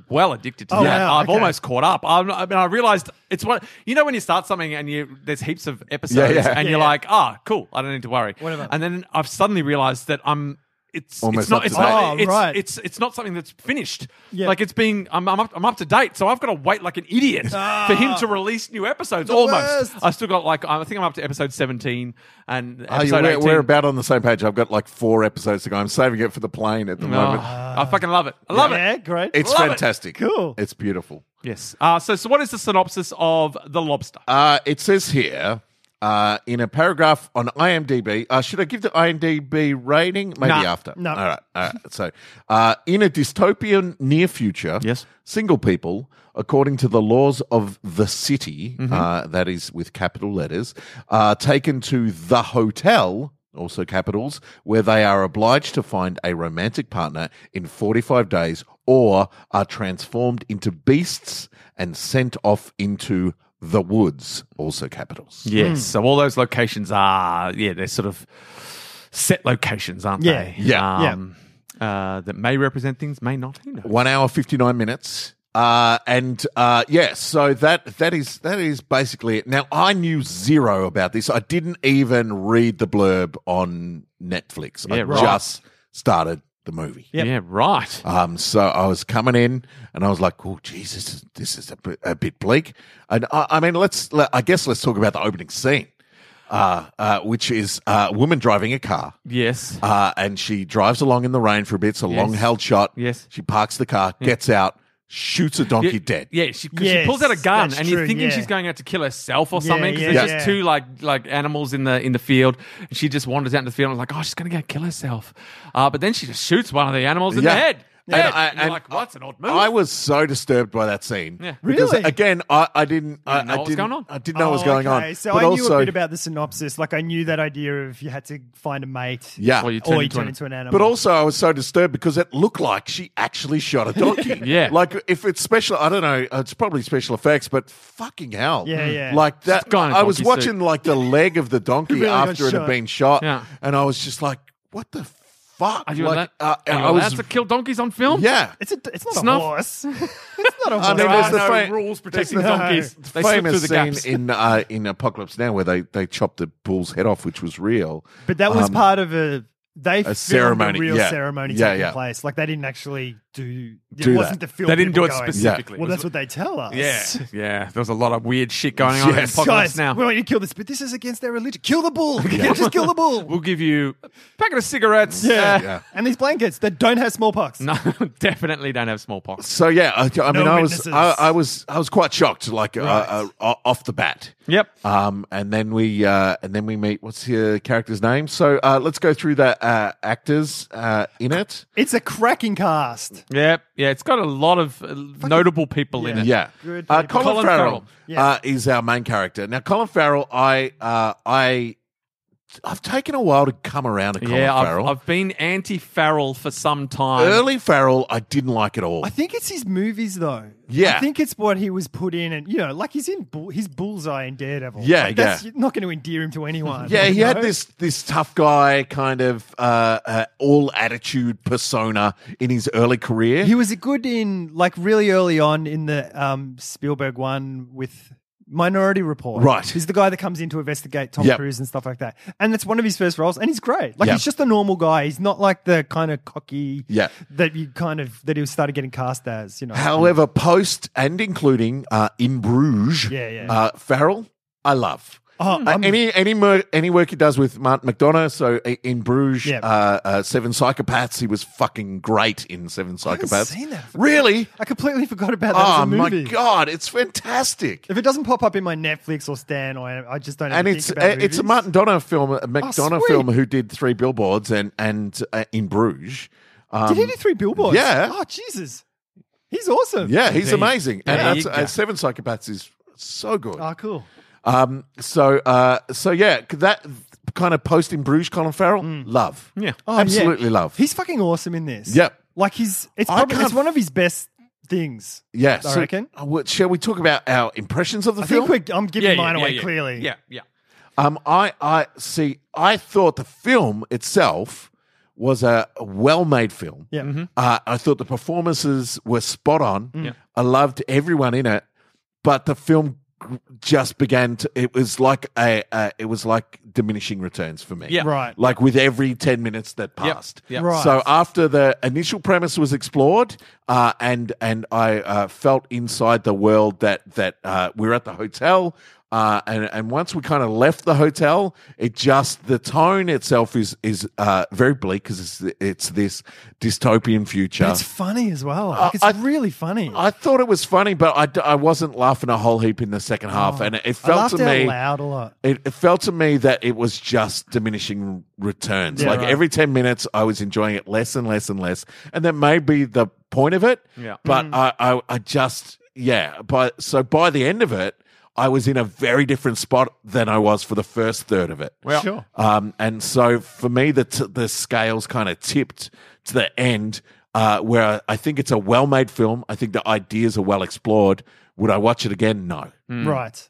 Speaker 3: well addicted to
Speaker 4: Oh,
Speaker 3: that.
Speaker 4: wow,
Speaker 3: I've
Speaker 4: okay.
Speaker 3: almost caught up. I'm, I mean, I realized it's what you know when you start something and you there's heaps of episodes
Speaker 1: Yeah, yeah.
Speaker 3: and
Speaker 4: Yeah,
Speaker 3: you're
Speaker 4: yeah.
Speaker 3: like, ah, cool, I don't need to worry.
Speaker 4: Whatever.
Speaker 3: And then I've suddenly realized that I'm. It's,
Speaker 1: Almost
Speaker 3: it's not
Speaker 1: up
Speaker 3: it's
Speaker 1: to
Speaker 3: not
Speaker 4: date. Oh,
Speaker 3: it's,
Speaker 4: right.
Speaker 3: it's it's not something that's finished.
Speaker 4: Yeah.
Speaker 3: Like it's being I'm I'm up, I'm up to date, so I've got to wait like an idiot for him to release new episodes. almost,
Speaker 4: Ah. worst.
Speaker 3: I still got like I think I'm up to episode 17 and
Speaker 1: Are you-
Speaker 3: episode
Speaker 1: we're,
Speaker 3: 18.
Speaker 1: we're about on the same page. I've got like four episodes to go. I'm saving it for the plane at the
Speaker 3: Oh,
Speaker 1: moment.
Speaker 3: I fucking love it. I love
Speaker 4: Yeah,
Speaker 3: it.
Speaker 4: great.
Speaker 1: It's
Speaker 3: Love it.
Speaker 1: fantastic.
Speaker 4: Cool.
Speaker 1: It's beautiful.
Speaker 3: Yes. Uh, so so what is the synopsis of the Lobster?
Speaker 1: Uh, it says here uh, in a paragraph on IMDb. Uh, should I give the IMDb rating? Maybe
Speaker 3: Nah.
Speaker 1: after.
Speaker 4: No.
Speaker 1: All right. All right. So, uh, in a dystopian near future,
Speaker 3: Yes.
Speaker 1: single people, according to the laws of the city, uh, that is with capital letters, are taken to the hotel. Also, capitals where they are obliged to find a romantic partner in 45 days or are transformed into beasts and sent off into the woods. Also, capitals.
Speaker 3: Yes. Hmm. So all those locations are yeah they're sort of set locations, aren't
Speaker 4: Yeah.
Speaker 3: they?
Speaker 4: Yeah.
Speaker 3: Um, Uh, that may represent things, may not. Who knows?
Speaker 1: one hour fifty nine minutes. Uh, and uh, yes, so that that is that is basically it. Now I knew zero about this. I didn't even read the blurb on Netflix. I
Speaker 3: Yeah, right.
Speaker 1: just started the movie.
Speaker 4: Yep.
Speaker 3: Yeah. Right.
Speaker 1: Um, so I was coming in, and I was like, "Oh, Jesus, this is a bit, a bit bleak." And I, I mean, let's let, I guess let's talk about the opening scene, uh, uh, which is uh, a woman driving a car.
Speaker 3: yes.
Speaker 1: Uh, and she drives along in the rain for a bit. It's a long held shot.
Speaker 3: Yes.
Speaker 1: She parks the car, gets out, shoots a donkey
Speaker 3: yeah,
Speaker 1: dead.
Speaker 3: Yeah, she, 'cause she
Speaker 4: Yes,
Speaker 3: pulls out a gun,
Speaker 4: that's
Speaker 3: and you're
Speaker 4: true,
Speaker 3: thinking
Speaker 4: yeah.
Speaker 3: she's going out to kill herself or
Speaker 4: Yeah,
Speaker 3: something. 'cause
Speaker 4: yeah,
Speaker 3: there's just
Speaker 4: yeah.
Speaker 3: two like like animals in the in the field, and she just wanders out into the field. and I was like, oh, she's going to go kill herself. Uh, but then she just shoots one of the animals in
Speaker 1: Yeah.
Speaker 3: the head.
Speaker 1: And
Speaker 3: Head.
Speaker 1: I-
Speaker 3: And you're
Speaker 1: and
Speaker 3: like, what's an odd move?
Speaker 1: I was so disturbed by that scene.
Speaker 3: Yeah.
Speaker 1: Because,
Speaker 4: Really?
Speaker 1: again, I, I didn't. I,
Speaker 3: didn't know
Speaker 1: I
Speaker 3: what was
Speaker 1: didn't,
Speaker 3: going on.
Speaker 1: I didn't know what was
Speaker 4: Oh,
Speaker 1: going
Speaker 4: okay.
Speaker 1: on.
Speaker 4: So
Speaker 1: but
Speaker 4: I knew
Speaker 1: also,
Speaker 4: a bit about the synopsis. Like I knew that idea of you had to find a mate.
Speaker 1: Yeah.
Speaker 3: Well, you turn
Speaker 4: Or you
Speaker 3: into
Speaker 4: turn
Speaker 3: an-
Speaker 4: into an animal.
Speaker 1: But also, I was so disturbed because it looked like she actually shot a donkey.
Speaker 3: Yeah.
Speaker 1: Like, if it's special, I don't know, uh, it's probably special effects, but fucking hell.
Speaker 4: Yeah, yeah.
Speaker 1: Like that.
Speaker 3: She's gone in Hmm. a
Speaker 1: I was
Speaker 3: donkey
Speaker 1: watching, like, the leg of the donkey
Speaker 4: Really got
Speaker 1: after it had
Speaker 4: shot.
Speaker 1: been shot.
Speaker 3: Yeah.
Speaker 1: And I was just like, what the fuck?
Speaker 3: Are you
Speaker 1: like,
Speaker 3: allowed,
Speaker 1: uh,
Speaker 3: are you
Speaker 1: I was.
Speaker 3: allowed to kill donkeys on
Speaker 1: <laughs>
Speaker 3: film?
Speaker 1: yeah.
Speaker 4: it's a, it's not
Speaker 3: It's
Speaker 4: a
Speaker 3: not- <laughs>
Speaker 4: horse. it's not a horse.
Speaker 1: I mean,
Speaker 3: There
Speaker 1: there's
Speaker 3: are
Speaker 1: the
Speaker 3: no
Speaker 1: fa-
Speaker 3: rules protecting
Speaker 4: there's the-
Speaker 3: donkeys. They slip through
Speaker 1: famous
Speaker 3: the
Speaker 1: scene
Speaker 3: gaps.
Speaker 1: in uh, in Apocalypse Now where they, they chopped the bull's head off, which was real.
Speaker 4: But that was
Speaker 1: Um,
Speaker 4: part of a they filmed
Speaker 1: ceremony,
Speaker 4: a real
Speaker 1: yeah.
Speaker 4: ceremony
Speaker 1: Yeah,
Speaker 4: taking
Speaker 1: yeah.
Speaker 4: place. Like they didn't actually do. It
Speaker 1: Do
Speaker 4: wasn't
Speaker 1: that.
Speaker 4: the film.
Speaker 3: they didn't do
Speaker 4: people
Speaker 3: it
Speaker 4: going,
Speaker 3: specifically.
Speaker 4: Well, that's what they tell us. <laughs>
Speaker 3: Yeah, yeah. There was a lot of weird shit going on in
Speaker 1: Yes.
Speaker 3: Apocalypse
Speaker 4: Guys,
Speaker 3: Now.
Speaker 4: we want you to kill this, but this is against their religion. Kill
Speaker 1: <laughs>
Speaker 4: the bull. Yeah, just kill the bull.
Speaker 3: We'll give you a packet of cigarettes. Uh,
Speaker 1: Yeah.
Speaker 4: And these blankets that don't have
Speaker 3: <laughs>
Speaker 4: smallpox.
Speaker 3: No, definitely don't have smallpox.
Speaker 1: So yeah, I, I mean, I was
Speaker 4: witnesses.
Speaker 1: I, I was I was quite shocked, like uh, uh, off the bat.
Speaker 3: Yep.
Speaker 1: Um, and then we uh, and then we meet. What's your character's name? So uh, let's go through the uh, actors uh, in it.
Speaker 4: It's a cracking cast.
Speaker 3: Yep. Yeah, it's got a lot of uh, notable people in
Speaker 4: Yeah.
Speaker 3: it.
Speaker 1: Yeah.
Speaker 4: Good
Speaker 1: Uh,
Speaker 4: people.
Speaker 1: Colin,
Speaker 3: Colin
Speaker 1: Farrell,
Speaker 3: Farrell.
Speaker 4: Yeah.
Speaker 1: Uh, is our main character. Now, Colin Farrell, I uh, I I've taken a while to come around to Colin
Speaker 3: yeah, I've,
Speaker 1: Farrell.
Speaker 3: I've been anti Farrell for some time.
Speaker 1: Early Farrell, I didn't like at all.
Speaker 4: I think it's his movies though.
Speaker 1: Yeah.
Speaker 4: I think it's what he was put in, and you know, like he's in bull, his bullseye in Daredevil.
Speaker 1: Yeah,
Speaker 4: like, that's
Speaker 1: yeah.
Speaker 4: Not going to endear him to
Speaker 1: <laughs>
Speaker 4: anyone.
Speaker 1: Yeah, he
Speaker 4: you
Speaker 1: had
Speaker 4: know?
Speaker 1: this this tough guy kind of uh, uh, all attitude persona in his early career.
Speaker 4: He was good in like really early on in the um, Spielberg one with Minority Report.
Speaker 1: Right.
Speaker 4: he's the guy that comes in to investigate Tom
Speaker 1: Yep.
Speaker 4: Cruise and stuff like that, and that's one of his first roles, and he's great. Like
Speaker 1: Yep.
Speaker 4: he's just a normal guy. He's not like the kind of cocky
Speaker 1: Yeah.
Speaker 4: that you kind of that he started getting cast as. You know,
Speaker 1: However, post and including uh, in Bruges,
Speaker 4: Yeah, yeah.
Speaker 1: Uh, Farrell, I love.
Speaker 4: Oh,
Speaker 1: Uh, any any mer- any work he does with Martin McDonough, so i- in Bruges,
Speaker 4: Yeah.
Speaker 1: uh, uh, Seven Psychopaths, he was fucking great in Seven Psychopaths.
Speaker 4: seen that.
Speaker 1: Really?
Speaker 4: I completely forgot about that. as
Speaker 1: Oh
Speaker 4: a
Speaker 1: my
Speaker 4: movie.
Speaker 1: god, it's fantastic!
Speaker 4: If it doesn't pop up in my Netflix or Stan, or I just don't. ever
Speaker 1: and
Speaker 4: think
Speaker 1: it's
Speaker 4: about
Speaker 1: uh, it's a
Speaker 4: movies.
Speaker 1: Martin Donough film, a McDonough
Speaker 4: sweet.
Speaker 1: film, who did Three Billboards and and uh, in Bruges. Um,
Speaker 4: Did he do three billboards?
Speaker 1: yeah.
Speaker 4: Oh Jesus, he's awesome.
Speaker 1: Yeah, he's
Speaker 3: There you-
Speaker 1: amazing, and uh,
Speaker 3: there
Speaker 1: that's,
Speaker 3: you
Speaker 1: uh,
Speaker 3: go.
Speaker 1: Seven Psychopaths is so good.
Speaker 4: Oh, cool.
Speaker 1: Um, so uh, so yeah, that kind of post in Bruges, Colin Farrell, love,
Speaker 3: Yeah.
Speaker 4: Oh, yeah.
Speaker 1: absolutely love.
Speaker 4: He's fucking awesome in this.
Speaker 1: Yep.
Speaker 4: Like he's it's
Speaker 1: I
Speaker 4: probably
Speaker 1: can't-
Speaker 4: it's one of his best things.
Speaker 1: Yes.
Speaker 4: I reckon.
Speaker 1: uh, shall we talk about our impressions of the
Speaker 4: I
Speaker 1: film?
Speaker 4: think we're, I'm giving
Speaker 3: yeah,
Speaker 4: mine
Speaker 3: yeah,
Speaker 4: away
Speaker 3: yeah.
Speaker 4: clearly.
Speaker 3: Yeah, yeah.
Speaker 1: Um, I, I see. I thought the film itself was a a well-made film.
Speaker 4: Yeah. Mhm.
Speaker 1: Uh, I thought the performances were spot on.
Speaker 4: Mm.
Speaker 1: I loved everyone in it, but the film g- just began to. It was like a. Uh, it was like diminishing returns for me.
Speaker 3: Yeah.
Speaker 4: Right.
Speaker 1: Like with every ten minutes that
Speaker 3: Yep,
Speaker 1: passed.
Speaker 3: yep.
Speaker 4: Right.
Speaker 1: So after the initial premise was explored, uh, and and I uh, felt inside the world that that uh, we were at the hotel, uh, and and once we kind of left the hotel, it just the tone itself is is uh, very bleak because it's it's this dystopian future.
Speaker 4: It's funny as well. Like, it's
Speaker 1: Uh, I-
Speaker 4: really funny.
Speaker 1: I thought it was funny, but I, d- I wasn't laughing a whole heap in the second half, and it, it
Speaker 4: Oh, I
Speaker 1: felt
Speaker 4: laughed
Speaker 1: to
Speaker 4: out
Speaker 1: me
Speaker 4: loud a lot.
Speaker 1: it, it felt to me that it was just diminishing returns.
Speaker 4: Yeah,
Speaker 1: like
Speaker 4: right.
Speaker 1: every 10 minutes, I was enjoying it less and less and less. And that may be the point of it.
Speaker 3: Yeah.
Speaker 1: But I, I, I just, yeah. But so by the end of it, I was in a very different spot than I was for the first third of it.
Speaker 3: Well,
Speaker 4: Sure.
Speaker 1: Um, and so for me, the t- the scales kind of tipped to the end, uh, where I, I think it's a well made film. I think the ideas are well explored. Would I watch it again? No
Speaker 3: Hmm.
Speaker 4: Right.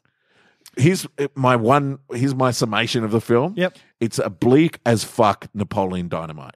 Speaker 1: here's my one here's my summation of the film
Speaker 4: Yep.
Speaker 1: it's a bleak as fuck napoleon
Speaker 4: <laughs>
Speaker 1: dynamite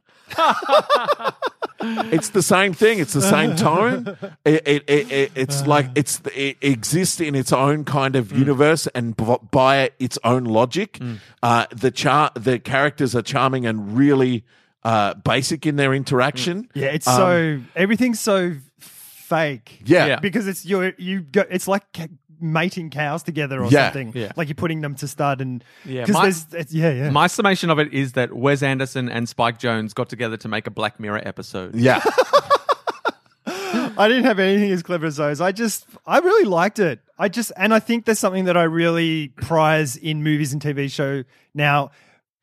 Speaker 1: it's the same thing it's the same
Speaker 4: <laughs>
Speaker 1: tone it, it, it, it-
Speaker 4: Uh.
Speaker 1: it's like it's it exists in its own kind
Speaker 4: Mm.
Speaker 1: of universe and b- by its own logic uh, the char- the characters are charming and really uh, basic in their interaction
Speaker 4: Mm. Yeah, it's so everything's so fake.
Speaker 1: Um, yeah,
Speaker 3: Yeah.
Speaker 4: because it's you you go. It's like ca- mating cows together or
Speaker 1: Yeah,
Speaker 4: something.
Speaker 3: yeah.
Speaker 4: like you're putting them to stud and
Speaker 3: Yeah,
Speaker 4: because
Speaker 3: my-
Speaker 4: there's it's, yeah yeah.
Speaker 3: My summation of it is that Wes Anderson and Spike Jones got together to make a Black Mirror episode.
Speaker 1: yeah.
Speaker 4: I didn't have anything as clever as those. I just I really liked it. I just and I think there's something that I really prize in movies and TV show now.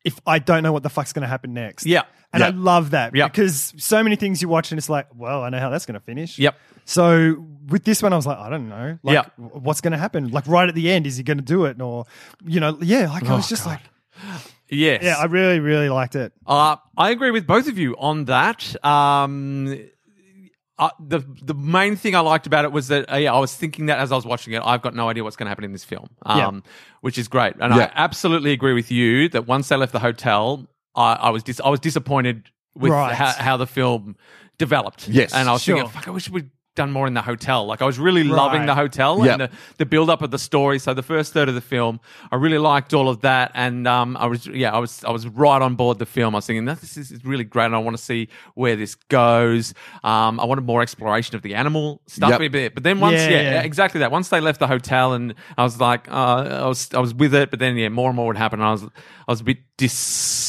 Speaker 4: If I don't know what the fuck's going to happen next,
Speaker 3: Yeah.
Speaker 4: and I
Speaker 1: Yeah.
Speaker 4: love that
Speaker 3: Yeah.
Speaker 4: because so many things you watch and it's like, well, I know how that's going to finish.
Speaker 3: Yep.
Speaker 4: So with this one, I was like, I don't know, like,
Speaker 3: Yeah.
Speaker 4: w- what's going to happen? Like right at the end, is he going to do it? Or you know, yeah, like
Speaker 3: Oh,
Speaker 4: I was just like,
Speaker 3: Yes.
Speaker 4: yeah, I really, really liked it.
Speaker 3: Uh, I agree with both of you on that. Um, uh, the the main thing I liked about it was that uh, yeah, I was thinking that as I was watching it, I've got no idea what's going to happen in this film, um, which is great, and
Speaker 1: Yeah.
Speaker 3: I absolutely agree with you that once they left the hotel, I, I was dis- I was disappointed with
Speaker 4: Right.
Speaker 3: how, how the film developed.
Speaker 1: Yes.
Speaker 3: and I was
Speaker 4: Sure.
Speaker 3: thinking, fuck, I wish we'd done more in the hotel. Like I was really loving
Speaker 4: Right.
Speaker 3: the hotel
Speaker 1: Yeah.
Speaker 3: and the, the build up of the story. So the first third of the film, I really liked all of that, and um, I was yeah, I was I was right on board the film. I was thinking that this is really great, and I want to see where this goes. Um, I wanted more exploration of the animal stuff
Speaker 1: Yep.
Speaker 3: a bit, but then once
Speaker 4: Yeah,
Speaker 3: yeah,
Speaker 4: yeah.
Speaker 3: exactly that. Once they left the hotel, and I was like, uh, I was I was with it, but then yeah, more and more would happen. And I was I was a bit dis.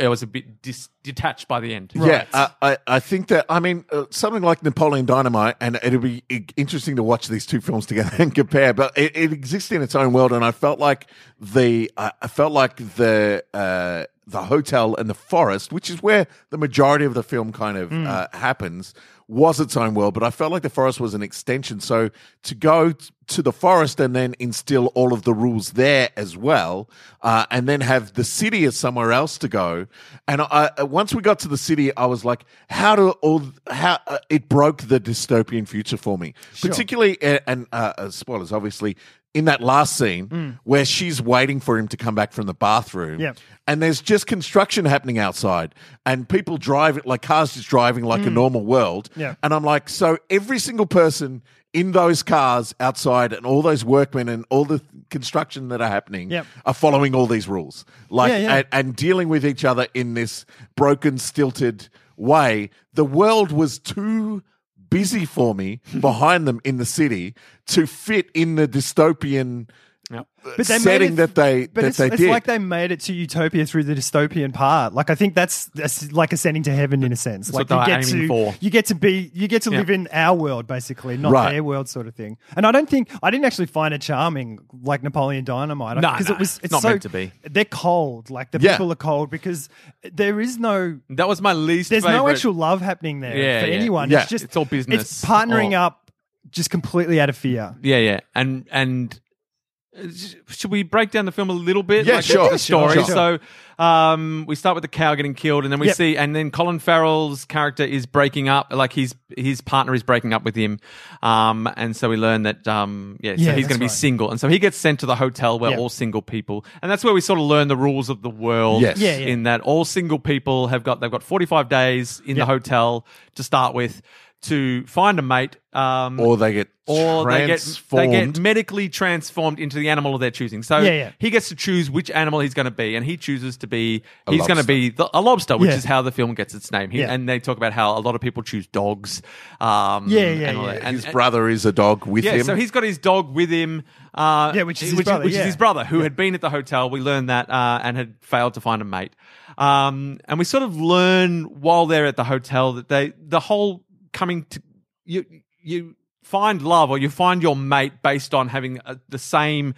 Speaker 3: I was a bit dis- detached by the end.
Speaker 4: Right.
Speaker 1: Yeah, I, I, I think that I mean uh, something like Napoleon Dynamite, and it'll be i- interesting to watch these two films together <laughs> and compare. But it, it exists in its own world, and I felt like the I I felt like the uh, the hotel and the forest, which is where the majority of the film kind of uh, happens, was its own world. But I felt like the forest was an extension. So to go t- to the forest and then instill all of the rules there as well, uh, and then have the city as somewhere else to go. And I, I- once we got to the city, I was like, how do all how uh, it broke the dystopian future for me, particularly uh, and uh, uh, spoilers obviously. In that last scene where she's waiting for him to come back from the bathroom,
Speaker 4: Yeah.
Speaker 1: and there's just construction happening outside, and people drive like cars just driving like a normal world,
Speaker 4: Mm. Yeah.
Speaker 1: and I'm like, so every single person in those cars outside and all those workmen and all the construction that are happening
Speaker 4: Yep.
Speaker 1: are following all these rules. Like
Speaker 4: Yeah, yeah.
Speaker 1: And, and dealing with each other in this broken, stilted way. The world was too busy for
Speaker 4: <laughs>
Speaker 1: me
Speaker 4: Hmm.
Speaker 1: behind them in the city to fit in the dystopian
Speaker 4: but they
Speaker 1: setting
Speaker 4: made it,
Speaker 1: that they
Speaker 4: but
Speaker 1: that
Speaker 4: it's,
Speaker 1: they
Speaker 4: it's
Speaker 1: did.
Speaker 4: like they made it to utopia through the dystopian part like i think that's, that's like ascending to heaven in a sense
Speaker 3: what
Speaker 4: like
Speaker 3: they
Speaker 4: you
Speaker 3: were
Speaker 4: get
Speaker 3: aiming
Speaker 4: to
Speaker 3: for.
Speaker 4: you get to be you get to live in our world basically not
Speaker 1: Right.
Speaker 4: their world sort of thing and i don't think i didn't actually find it charming like napoleon dynamite
Speaker 3: No,
Speaker 4: because
Speaker 3: no,
Speaker 4: it was
Speaker 3: it's
Speaker 4: it's,
Speaker 3: not
Speaker 4: so-
Speaker 3: meant to be.
Speaker 4: they're cold like the
Speaker 1: Yeah.
Speaker 4: people are cold because there is no
Speaker 3: That was my least.
Speaker 4: there's no
Speaker 3: favorite.
Speaker 4: actual love happening there
Speaker 3: Yeah,
Speaker 4: for
Speaker 3: yeah.
Speaker 4: anyone
Speaker 1: Yeah.
Speaker 4: it's just
Speaker 3: It's all business. Oh.
Speaker 4: it's partnering
Speaker 3: Or-
Speaker 4: up just completely out of fear
Speaker 3: Yeah, yeah, and and should we break down the film a little bit?
Speaker 1: Yeah,
Speaker 3: Like,
Speaker 1: sure.
Speaker 3: The story.
Speaker 1: Sure.
Speaker 3: So um, we start with the cow getting killed, and then we
Speaker 4: Yep.
Speaker 3: see, and then Colin Farrell's character is breaking up. Like his his partner is breaking up with him, um, and so we learn that um, yeah,
Speaker 4: Yeah,
Speaker 3: so he's
Speaker 4: that's
Speaker 3: going to be
Speaker 4: right.
Speaker 3: single, and so he gets sent to the hotel where
Speaker 4: Yep.
Speaker 3: all single people, and that's where we sort of learn the rules of the world.
Speaker 1: Yes.
Speaker 4: Yeah, yeah.
Speaker 3: In that all single people have got they've got forty five days in the
Speaker 4: Yep.
Speaker 3: hotel to start with to find a mate. Um,
Speaker 1: or they get
Speaker 3: or they get they
Speaker 1: transformed.
Speaker 3: get medically transformed into the animal of their choosing. So
Speaker 4: Yeah, yeah.
Speaker 3: he gets to choose which animal he's going to be, and he chooses to be
Speaker 1: A
Speaker 3: he's going to
Speaker 1: lobster.
Speaker 3: be the, a lobster, which
Speaker 4: Yeah.
Speaker 3: is how the film gets its name. He,
Speaker 4: Yeah.
Speaker 3: And they talk about how a lot of people choose dogs. Um,
Speaker 4: Yeah, yeah,
Speaker 3: and all
Speaker 4: yeah.
Speaker 3: that. And-
Speaker 1: His
Speaker 3: and-
Speaker 1: brother is a dog with
Speaker 3: yeah,
Speaker 1: him.
Speaker 3: so he's got his dog with him. Uh,
Speaker 4: Yeah, which is his brother,
Speaker 3: which
Speaker 4: yeah.
Speaker 3: is his brother who had been at the hotel. We learned that uh, and had failed to find a mate. Um, and we sort of learn while they're at the hotel that they the whole coming to you you find love or you find your mate based on having uh the same.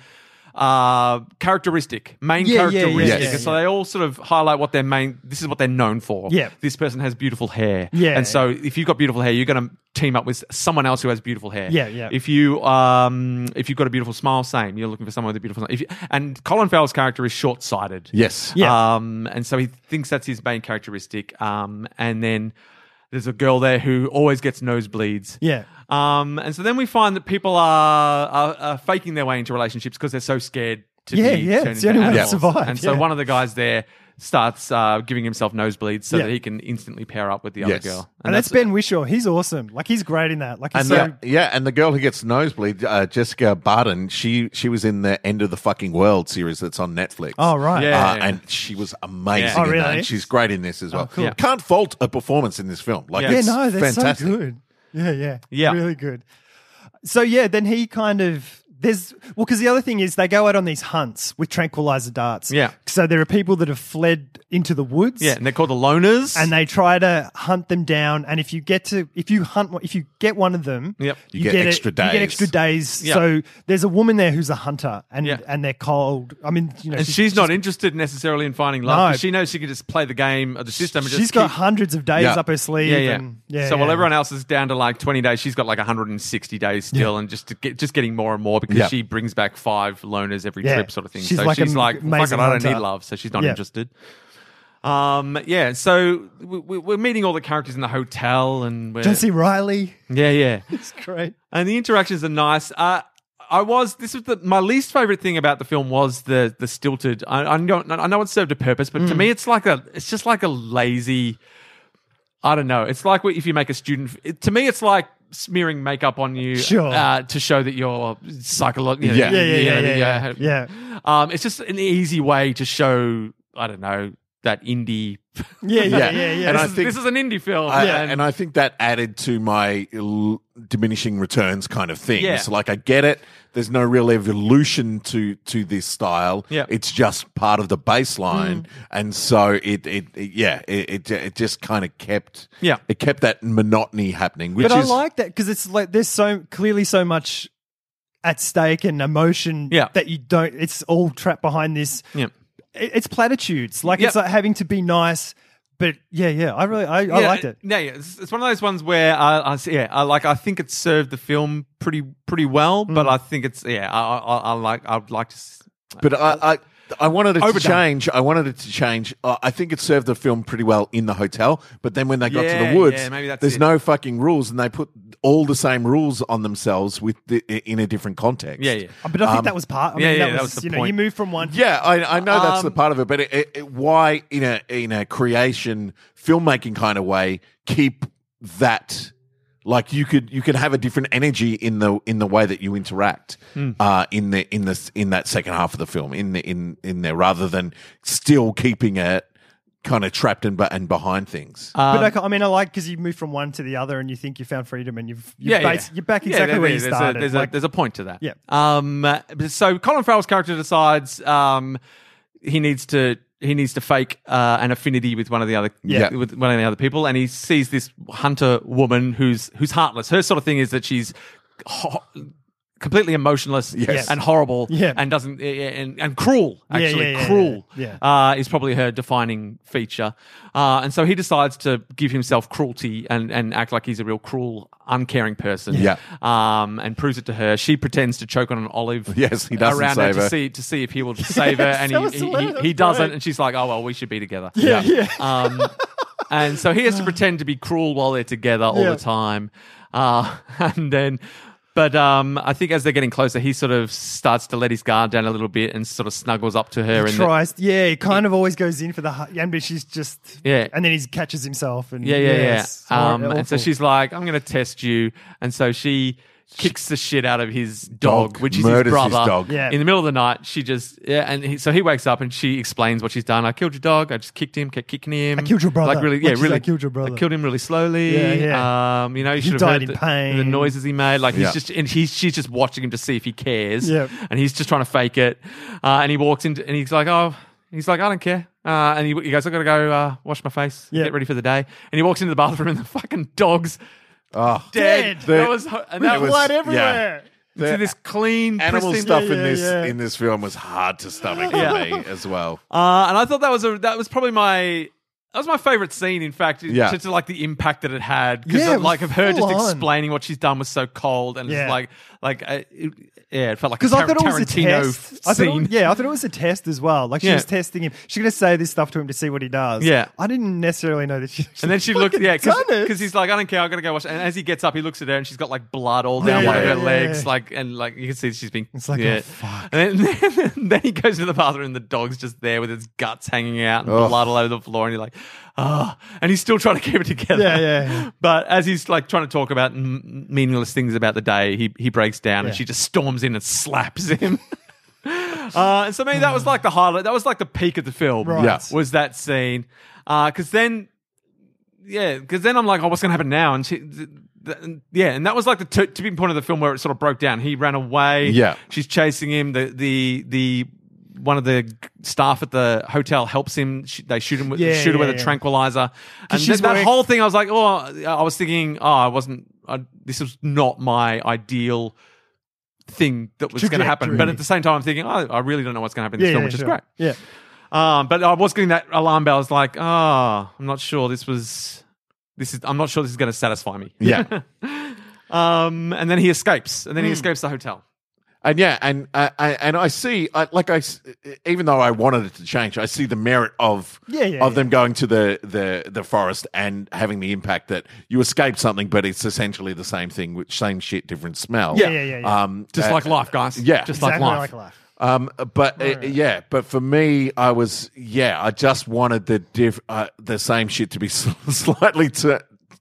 Speaker 3: Uh, characteristic, main
Speaker 4: Yeah, yeah, yeah,
Speaker 3: characteristic.
Speaker 1: yeah,
Speaker 3: And so they all sort of highlight what their main. This is what they're known for.
Speaker 4: Yeah.
Speaker 3: this person has beautiful hair.
Speaker 4: Yeah.
Speaker 3: and so if you've got beautiful hair, you're going to team up with someone else who has beautiful hair.
Speaker 4: Yeah, yeah.
Speaker 3: If you um, if you've got a beautiful smile, same. You're looking for someone with a beautiful. If you, and Colin Farrell's character is short sighted.
Speaker 1: yes.
Speaker 4: Yeah.
Speaker 3: Um, and so he thinks that's his main characteristic. Um, and then there's a girl there who always gets nosebleeds.
Speaker 4: Yeah.
Speaker 3: Um, and so then we find that people are are, are faking their way into relationships because they're so scared to
Speaker 4: Yeah,
Speaker 3: be
Speaker 4: yeah,
Speaker 3: turned
Speaker 4: it's the
Speaker 3: into
Speaker 4: only way to
Speaker 3: animals.
Speaker 4: survive,
Speaker 3: And so
Speaker 4: yeah.
Speaker 3: one of the guys there starts uh, giving himself nosebleeds so
Speaker 4: Yeah.
Speaker 3: that he can instantly pair up with the other
Speaker 1: Yes.
Speaker 3: girl.
Speaker 4: And, that's Ben Wishaw. He's awesome. Like he's great in that. Like he's
Speaker 1: And
Speaker 4: so
Speaker 1: the, yeah, and the girl who gets nosebleed, uh, Jessica Barden, she she was in the End of the Fucking World series that's on Netflix.
Speaker 4: Oh right.
Speaker 3: Yeah.
Speaker 1: Uh, and she was amazing.
Speaker 3: Yeah. Oh,
Speaker 1: in that,
Speaker 4: really?
Speaker 1: and she's great in this as well.
Speaker 4: Oh, cool.
Speaker 3: Yeah.
Speaker 1: Can't fault a performance in this film. Like,
Speaker 3: Yeah.
Speaker 4: Yeah,
Speaker 1: it's
Speaker 4: no, that's
Speaker 1: fantastic.
Speaker 4: so good. Yeah, yeah,
Speaker 3: Yeah.
Speaker 4: really good. So yeah, then he kind of there's well because the other thing is they go out on these hunts with tranquilizer darts.
Speaker 3: Yeah.
Speaker 4: so there are people that have fled into the woods.
Speaker 3: Yeah, and they're called the loners.
Speaker 4: and they try to hunt them down. And if you get to if you hunt if you get one of them,
Speaker 3: Yep.
Speaker 1: You get
Speaker 4: a-
Speaker 1: extra
Speaker 4: You
Speaker 1: days.
Speaker 4: get extra days.
Speaker 3: Yeah.
Speaker 4: So there's a woman there who's a hunter, and
Speaker 3: Yeah.
Speaker 4: and they're cold. I mean, you know,
Speaker 3: and she's, not interested necessarily in finding love.
Speaker 4: No.
Speaker 3: 'cause She knows she can just play the game of the system. And
Speaker 4: She's
Speaker 3: just
Speaker 4: got
Speaker 3: keep-
Speaker 4: hundreds of days
Speaker 1: Yeah.
Speaker 4: up her sleeve.
Speaker 3: yeah, yeah.
Speaker 4: And, yeah
Speaker 3: so while
Speaker 4: yeah.
Speaker 3: everyone else is down to like twenty days, she's got like one hundred and sixty days still, and just to get, just getting more and more because
Speaker 1: Yeah.
Speaker 3: she brings back five loners every
Speaker 4: Yeah.
Speaker 3: trip, sort of thing.
Speaker 4: She's
Speaker 3: so
Speaker 4: like
Speaker 3: she's
Speaker 4: an
Speaker 3: like, well, fuck it,
Speaker 4: amazing
Speaker 3: I don't
Speaker 4: hunter.
Speaker 3: need love, so she's not
Speaker 4: Yeah.
Speaker 3: interested. Um, yeah. So we, we, we're meeting all the characters in the hotel, and we're,
Speaker 4: John C. Riley,
Speaker 3: yeah, yeah.
Speaker 4: it's great.
Speaker 3: and the interactions are nice. Uh, I was this was the, my least favorite thing about the film was the the stilted. I, I know I know it served a purpose, but to me it's like a it's just like a lazy. I don't know. It's like if you make a student. It, to me, it's like smearing makeup on you
Speaker 4: Sure.
Speaker 3: uh, to show that you're psychological.
Speaker 1: Yeah.
Speaker 4: Yeah, yeah, yeah, yeah, yeah.
Speaker 3: Um, it's just an easy way to show. I don't know that indie.
Speaker 4: Yeah, yeah, yeah,
Speaker 1: Yeah.
Speaker 4: yeah.
Speaker 1: And
Speaker 3: this,
Speaker 1: I
Speaker 3: is,
Speaker 1: think-
Speaker 3: this is an indie film,
Speaker 1: I,
Speaker 3: and-
Speaker 1: and I think that added to my l- diminishing returns kind of thing.
Speaker 3: Yeah.
Speaker 1: So like I get it. There's no real evolution to to this style.
Speaker 3: Yeah.
Speaker 1: it's just part of the baseline, and so it it, it- yeah it it, it just kind of kept
Speaker 3: Yeah.
Speaker 1: it kept that monotony happening. Which
Speaker 4: but I
Speaker 1: is
Speaker 4: like that because it's like there's so clearly so much at stake and emotion
Speaker 3: Yeah.
Speaker 4: that you don't. It's all trapped behind this.
Speaker 3: Yeah.
Speaker 4: It- It's platitudes. Like it's
Speaker 3: Yep.
Speaker 4: like having to be nice. But yeah, yeah, I really, I, I
Speaker 3: yeah,
Speaker 4: liked it.
Speaker 3: No, yeah, it's, it's one of those ones where uh, I, I s- yeah, I like. I think it served the film pretty pretty well, but
Speaker 4: Mm.
Speaker 3: I think it's yeah, I, I, I like. I'd like to. s-
Speaker 1: But I, I, I wanted it to
Speaker 3: Overdone.
Speaker 1: change. I wanted it to change. Uh, I think it served the film pretty well in the hotel. But then when they got to
Speaker 3: Yeah,
Speaker 1: the woods,
Speaker 3: yeah, maybe that's
Speaker 1: there's
Speaker 3: it.
Speaker 1: no fucking rules, and they put all the same rules on themselves with the, in a different context.
Speaker 3: Yeah, yeah.
Speaker 4: Uh, But I think that was part. I
Speaker 3: Um, yeah,
Speaker 4: mean,
Speaker 3: yeah,
Speaker 4: that, was,
Speaker 3: the
Speaker 4: you know,
Speaker 3: point.
Speaker 4: you move from one.
Speaker 1: Yeah, I, I know that's the
Speaker 3: Um,
Speaker 1: part of it, but it, it, it, why in a in a creation filmmaking kind of way keep that like you could you could have a different energy in the in the way that you interact
Speaker 3: Hmm.
Speaker 1: uh, in the in this in that second half of the film in the, in in there rather than still keeping it kind of trapped and be- and behind things.
Speaker 3: Uh, Um,
Speaker 4: but I ca- I, mean, I like because you move from one to the other, and you think you found freedom, and you've you're,
Speaker 3: yeah,
Speaker 4: bas-
Speaker 3: yeah.
Speaker 4: you're back
Speaker 3: Yeah,
Speaker 4: exactly
Speaker 3: there-
Speaker 4: where you
Speaker 3: there's a-
Speaker 4: started.
Speaker 3: there's,
Speaker 4: like-
Speaker 3: a, there's a point to that.
Speaker 4: Yeah.
Speaker 3: Um. uh, So Colin Farrell's character decides um, he needs to he needs to fake uh, an affinity with one of the other
Speaker 1: Yeah.
Speaker 3: with one of the other people, and he sees this hunter woman who's who's heartless. Her sort of thing is that she's. Hot, completely emotionless
Speaker 1: Yes.
Speaker 3: and horrible
Speaker 4: Yeah.
Speaker 3: and doesn't and, and cruel
Speaker 4: yeah,
Speaker 3: actually
Speaker 4: yeah, yeah,
Speaker 3: cruel
Speaker 4: yeah.
Speaker 3: Uh, is probably her defining feature uh, and so he decides to give himself cruelty and, and act like he's a real cruel uncaring person
Speaker 1: Yeah.
Speaker 3: um, and proves it to her she pretends to choke on an olive
Speaker 1: Yes, he doesn't
Speaker 3: around
Speaker 1: save
Speaker 3: her,
Speaker 1: her.
Speaker 3: to see to see if he will save her and
Speaker 4: that was
Speaker 3: he, he, he,
Speaker 4: hilarious.
Speaker 3: he doesn't
Speaker 4: Great.
Speaker 3: and she's like oh well we should be together
Speaker 4: Yeah, yeah.
Speaker 3: um, and so he has to pretend to be cruel while they're together all
Speaker 4: Yeah.
Speaker 3: the time. Uh, <laughs> and then, but um, I think as they're getting closer, he sort of starts to let his guard down a little bit and sort of snuggles up to her. and
Speaker 4: Tries, yeah, he kind of always goes in for the hu- yeah, but she's just
Speaker 3: Yeah.
Speaker 4: and then he catches himself and
Speaker 3: yeah, yeah, yeah.
Speaker 4: it's hor-
Speaker 3: Um, and so
Speaker 4: awful.
Speaker 3: she's like, I'm going to test you. And so she kicks the shit out of his dog,
Speaker 1: Dog.
Speaker 3: which is his
Speaker 1: Murders his
Speaker 3: brother.
Speaker 1: dog.
Speaker 4: Yeah.
Speaker 3: In the middle of the night, she just, yeah. And he, so he wakes up and she explains what she's done. I killed your dog. I just kicked him, kept kicking him.
Speaker 4: I killed your brother.
Speaker 3: Like, really,
Speaker 4: What
Speaker 3: yeah,
Speaker 4: she's
Speaker 3: really.
Speaker 4: like, "Killed your brother."
Speaker 3: I killed him really slowly.
Speaker 4: Yeah, yeah.
Speaker 3: Um, you know, you
Speaker 4: He
Speaker 3: should have
Speaker 4: died
Speaker 3: heard
Speaker 4: in
Speaker 3: the,
Speaker 4: pain.
Speaker 3: the noises he made. Like,
Speaker 1: Yeah.
Speaker 3: he's just, and he's, she's just watching him to see if he cares.
Speaker 4: Yep.
Speaker 3: And he's just trying to fake it. Uh, and he walks in and he's like, oh, he's like, I don't care. Uh, and he, he goes, i got to go uh, wash my face,
Speaker 4: Yeah.
Speaker 3: get ready for the day. And he walks into the bathroom and the fucking dog's
Speaker 1: Oh,
Speaker 3: dead.
Speaker 4: Dead.
Speaker 3: That was, ho- and that
Speaker 1: It was-
Speaker 3: was,
Speaker 4: blood
Speaker 1: yeah.
Speaker 4: everywhere.
Speaker 3: to this clean,
Speaker 1: animal
Speaker 3: pristine-
Speaker 1: stuff in
Speaker 4: yeah,
Speaker 1: this
Speaker 4: yeah.
Speaker 1: in this film was hard to stomach
Speaker 3: Yeah.
Speaker 1: for me as well.
Speaker 3: Uh, and I thought that was a that was probably my that was my favorite scene. In fact, in
Speaker 1: Yeah.
Speaker 3: terms of like the impact that it had because
Speaker 4: Yeah, it was
Speaker 3: like of her just
Speaker 4: full on.
Speaker 3: explaining what she's done was so cold and
Speaker 4: Yeah.
Speaker 3: it's like like uh, it, yeah, it felt like a
Speaker 4: Because
Speaker 3: Tar-
Speaker 4: I thought it was a
Speaker 3: Tarantino
Speaker 4: test. I
Speaker 3: f-
Speaker 4: thought it
Speaker 3: scene.
Speaker 4: was- yeah, I thought it was a test as well. Like she
Speaker 3: Yeah.
Speaker 4: was testing him. She's going to say this stuff to him to see what he does.
Speaker 3: Yeah.
Speaker 4: I didn't necessarily know that she.
Speaker 3: And
Speaker 4: <laughs>
Speaker 3: then she looked, yeah,
Speaker 4: done it.
Speaker 3: because he's like, I don't care, I'm gonna go watch. And as he gets up, he looks at her, and she's got like blood all down
Speaker 1: Yeah,
Speaker 3: one of
Speaker 1: yeah,
Speaker 3: her
Speaker 4: yeah,
Speaker 3: legs,
Speaker 4: yeah.
Speaker 3: like, and like you can see she's been.
Speaker 4: It's like,
Speaker 3: yeah.
Speaker 4: oh, fuck.
Speaker 3: And then, <laughs> then, he goes into the bathroom, and the dog's just there with its guts hanging out and
Speaker 1: Ugh.
Speaker 3: blood all over the floor, and you're like, oh. And he's still trying to keep it together.
Speaker 4: Yeah, yeah, yeah.
Speaker 3: <laughs> But as he's like trying to talk about m- meaningless things about the day, he he breaks down, and
Speaker 4: Yeah.
Speaker 3: she just storms in and slaps him. <laughs> Uh, and so maybe that was like the highlight. That was like the peak of the film.
Speaker 4: Right.
Speaker 1: Yeah.
Speaker 3: Was that scene? Because then, yeah, because then I'm like, oh, what's going to happen now? And she, th- th- yeah, and that was like the t- tipping point of the film where it sort of broke down. He ran away.
Speaker 1: Yeah.
Speaker 3: She's chasing him. The the the one of the staff at the hotel helps him. Sh- They shoot him with
Speaker 4: Yeah,
Speaker 3: shoot her
Speaker 4: yeah,
Speaker 3: with a
Speaker 4: yeah.
Speaker 3: tranquilizer. And
Speaker 4: she's
Speaker 3: th- that
Speaker 4: wearing-
Speaker 3: whole thing, I was like, oh, I was thinking, oh, I wasn't. I, this was not my ideal thing that was going to happen. But
Speaker 4: Trajectory.
Speaker 3: at the same time, I'm thinking, oh, I really don't know what's going to happen in this
Speaker 4: yeah,
Speaker 3: film,
Speaker 4: yeah,
Speaker 3: which
Speaker 4: sure.
Speaker 3: is great.
Speaker 4: Yeah.
Speaker 3: Um, but I was getting that alarm bell. I was like, ah, I'm not sure this was. This is. I'm not sure this is going to satisfy me.
Speaker 1: Yeah,
Speaker 3: <laughs> Um, and then he escapes, and then
Speaker 4: Hmm.
Speaker 3: he escapes the hotel.
Speaker 1: and yeah, and uh, I, and I see, I, like I, s- even though I wanted it to change, I see the merit of
Speaker 4: Yeah, yeah,
Speaker 1: of them going to the, the the forest and having the impact that you escape something, but it's essentially the same thing, which same shit, different smell.
Speaker 4: Yeah, yeah, yeah, yeah.
Speaker 1: Um,
Speaker 3: Just
Speaker 1: uh,
Speaker 3: like life, guys.
Speaker 1: yeah.
Speaker 3: just
Speaker 4: Exactly
Speaker 3: like life.
Speaker 4: like life.
Speaker 1: Um, but uh, yeah, but for me, I was yeah, I just wanted the diff, uh, the same shit to be <laughs> s- slightly t-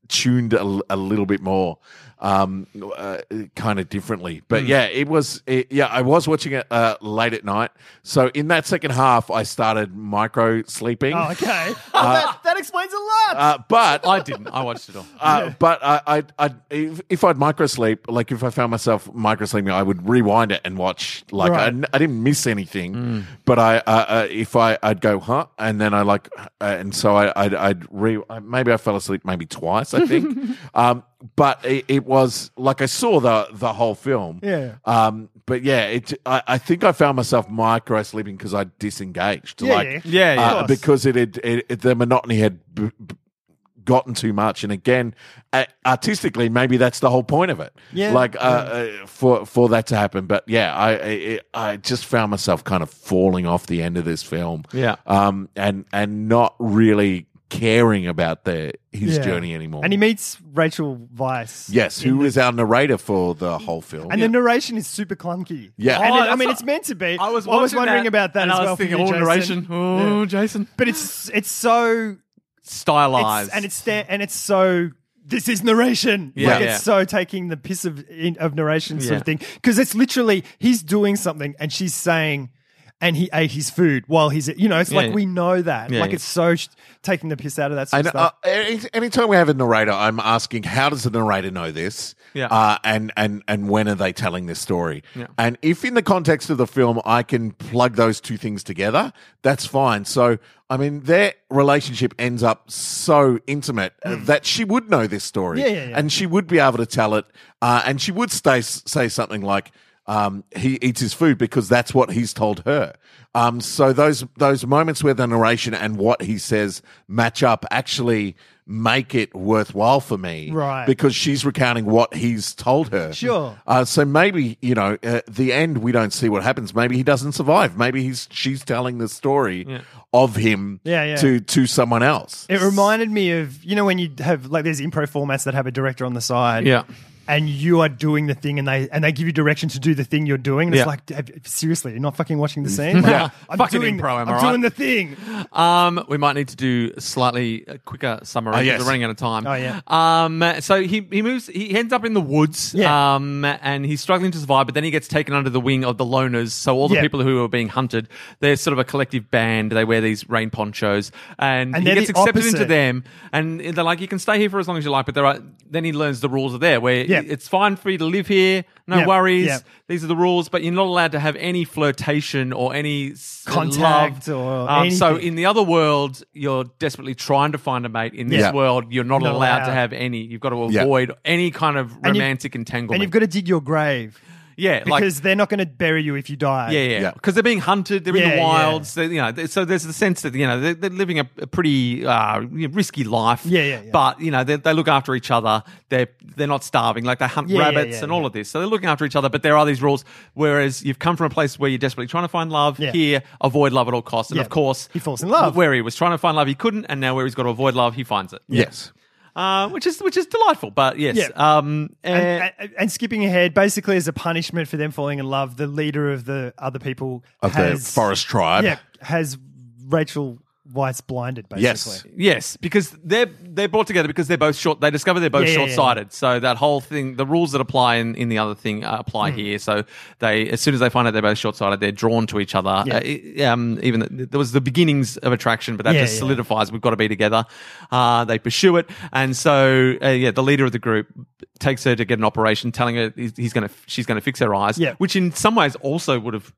Speaker 1: tuned a, l- a little bit more, um, uh, kind of differently. But yeah, it was it, yeah, I was watching it uh, late at night, so in that second half, I started micro sleeping.
Speaker 4: Oh,
Speaker 3: <laughs>
Speaker 4: okay. Well,
Speaker 3: Uh,
Speaker 4: that, that explains a lot.
Speaker 1: uh, but
Speaker 3: I didn't. I watched it <laughs> all.
Speaker 1: uh, But I, I, I, if, if I'd microsleep, like if I found myself microsleeping, I would rewind it and watch. Like I
Speaker 4: Right. Mm.
Speaker 1: n- I, didn't miss anything, but I, uh, uh, if I, I'd go, huh, and then I like, uh, and so I, I'd, I'd re, I- maybe I fell asleep maybe twice, I
Speaker 4: <laughs>
Speaker 1: think. um, but it, it was like I saw the the whole film.
Speaker 4: Yeah.
Speaker 1: Um, but yeah, it. I, I think I found myself micro sleeping because I disengaged.
Speaker 4: Yeah,
Speaker 1: like,
Speaker 4: yeah.
Speaker 3: Yeah, yeah.
Speaker 1: uh,
Speaker 4: course.
Speaker 1: because it had it, it- the monotony had b- b- gotten too much. And again, uh, artistically, maybe that's the whole point of it.
Speaker 4: Yeah.
Speaker 1: like uh, uh, for for that to happen. But yeah, I I, I just found myself kind of falling off the end of this film.
Speaker 3: Yeah.
Speaker 1: um, and and not really caring about the his
Speaker 4: Yeah.
Speaker 1: journey anymore.
Speaker 4: and he meets Rachel Weiss.
Speaker 1: yes, who is our narrator for the whole film?
Speaker 4: And the narration is super clunky.
Speaker 1: Yeah.
Speaker 4: And
Speaker 1: Oh,
Speaker 4: it- I
Speaker 3: that's
Speaker 4: mean,
Speaker 3: what-
Speaker 4: it's meant to be.
Speaker 3: I was. watching
Speaker 4: wondering about that
Speaker 3: and
Speaker 4: as
Speaker 3: I was
Speaker 4: well. for
Speaker 3: thinking,
Speaker 4: you,
Speaker 3: oh,
Speaker 4: Jason.
Speaker 3: narration. Oh,
Speaker 4: Yeah.
Speaker 3: Jason.
Speaker 4: But it's it's so
Speaker 3: Stylized,
Speaker 4: it's, and it's there, and it's so. This is narration.
Speaker 3: Yeah.
Speaker 4: like
Speaker 3: Yeah.
Speaker 4: it's so taking the piss of in, of narration sort
Speaker 3: Yeah.
Speaker 4: of thing because it's literally he's doing something and she's saying, and he ate his food while he's you know it's
Speaker 3: Yeah,
Speaker 4: like
Speaker 3: yeah.
Speaker 4: we know that
Speaker 3: Yeah,
Speaker 4: like
Speaker 3: yeah.
Speaker 4: it's so sh- taking the piss out of that sort
Speaker 1: And
Speaker 4: of stuff.
Speaker 1: uh, any, anytime we have a narrator, I'm asking, how does the narrator know this?
Speaker 3: Yeah.
Speaker 1: Uh, and and and when are they telling this story?
Speaker 3: Yeah.
Speaker 1: And if in the context of the film, I can plug those two things together, that's fine. So I mean, their relationship ends up so intimate uh,
Speaker 4: Mm.
Speaker 1: that she would know this story,
Speaker 4: Yeah, yeah, yeah.
Speaker 1: and she would be able to tell it, uh, and she would stay say something like. um, he eats his food because that's what he's told her. Um, so those those moments where the narration and what he says match up actually make it worthwhile for me,
Speaker 4: Right.
Speaker 1: Because she's recounting what he's told her.
Speaker 4: Sure.
Speaker 1: Uh, so maybe you know, uh, the end we don't see what happens. Maybe he doesn't survive. Maybe he's she's telling the story of him
Speaker 4: Yeah, yeah.
Speaker 1: to to someone else.
Speaker 4: It reminded me of you know when you have like there's improv formats that have a director on the side,
Speaker 3: Yeah.
Speaker 4: and you are doing the thing, and they and they give you direction to do the thing you're doing. And
Speaker 3: Yeah.
Speaker 4: It's like have- seriously, you're not fucking
Speaker 3: <laughs>
Speaker 4: watching the scene. Like,
Speaker 3: Yeah.
Speaker 4: I'm
Speaker 3: Fucking
Speaker 4: doing,
Speaker 3: improv, am I
Speaker 4: I'm
Speaker 3: right?
Speaker 4: doing the thing.
Speaker 3: <laughs> Um, we might need to do slightly uh, quicker summary because
Speaker 1: yes.
Speaker 3: we're running out of time.
Speaker 4: Oh, yeah.
Speaker 3: Um, so he, he moves. He ends up in the woods.
Speaker 4: Yeah.
Speaker 3: Um, and he's struggling to survive, but then he gets taken under the wing of the loners. So all the
Speaker 4: Yeah.
Speaker 3: people who are being hunted, they're sort of a collective band. They wear these rain ponchos, and,
Speaker 4: And
Speaker 3: he
Speaker 4: they're
Speaker 3: gets
Speaker 4: the
Speaker 3: accepted into
Speaker 4: opposite.
Speaker 3: them. And they're like, "You can stay here for as long as you like," but there are. Then he learns the rules are there, where
Speaker 4: Yeah.
Speaker 3: it's fine for you to live here, no
Speaker 4: Yeah.
Speaker 3: worries.
Speaker 4: Yeah.
Speaker 3: These are the rules, but you're not allowed to have any flirtation or any s-
Speaker 4: Contact
Speaker 3: love.
Speaker 4: or
Speaker 3: um, so
Speaker 4: anything.
Speaker 3: in the other world, you're desperately trying to find a mate. In this
Speaker 1: Yeah.
Speaker 3: world, you're not,
Speaker 4: Not
Speaker 3: allowed, to
Speaker 4: allowed.
Speaker 3: have any. You've got to
Speaker 1: Yeah.
Speaker 3: avoid any kind of
Speaker 4: And you-
Speaker 3: romantic entanglement.
Speaker 4: And you've got to dig your grave
Speaker 3: yeah, like
Speaker 4: because they're not going to bury you if you die.
Speaker 3: yeah, yeah,
Speaker 1: Yeah.
Speaker 3: because they're being hunted. They're in
Speaker 4: Yeah,
Speaker 3: the
Speaker 4: yeah.
Speaker 3: wilds. They, you know, they- so there's the sense that you know they're, they're living a, a pretty uh, you know, risky life.
Speaker 4: Yeah, yeah, yeah.
Speaker 3: But you know, they, they look after each other. They're they're not starving. Like they hunt
Speaker 4: Yeah, yeah,
Speaker 3: rabbits
Speaker 4: yeah,
Speaker 3: and
Speaker 4: yeah.
Speaker 3: all of this. So they're looking after each other. But there are these rules. Whereas you've come from a place where you're desperately trying to find love.
Speaker 4: Yeah.
Speaker 3: Here, avoid love at all costs. And
Speaker 4: Yeah.
Speaker 3: of course,
Speaker 4: He falls in love.
Speaker 3: Where he was trying to find love, he couldn't, and now where he's got to avoid love, he finds it.
Speaker 1: yes.
Speaker 3: Uh, which is which is delightful. But yes,
Speaker 4: Yeah.
Speaker 3: um, eh,
Speaker 4: And, and, and skipping ahead, basically as a punishment for them falling in love, the leader of the other people
Speaker 1: Of
Speaker 4: has,
Speaker 1: the forest tribe.
Speaker 4: yeah, has Rachel Weiss blinded. Basically,
Speaker 1: Yes.
Speaker 3: Yes, because they're they're brought together because they're both short. They discover they're both
Speaker 4: Yeah, yeah,
Speaker 3: short sighted. So that whole thing, the rules that apply in, in the other thing uh, apply
Speaker 4: Hmm.
Speaker 3: here. So they, as soon as they find out they're both short sighted, they're drawn to each other.
Speaker 4: Yeah.
Speaker 3: Uh, it- um, even th- there was the beginnings of attraction, but that
Speaker 4: Yeah,
Speaker 3: just
Speaker 4: yeah.
Speaker 3: solidifies. We've got to be together. Uh, they pursue it, and so uh, yeah, the leader of the group takes her to get an operation, telling her he's, he's going to she's going to fix her eyes.
Speaker 4: Yeah.
Speaker 3: which in some ways also would have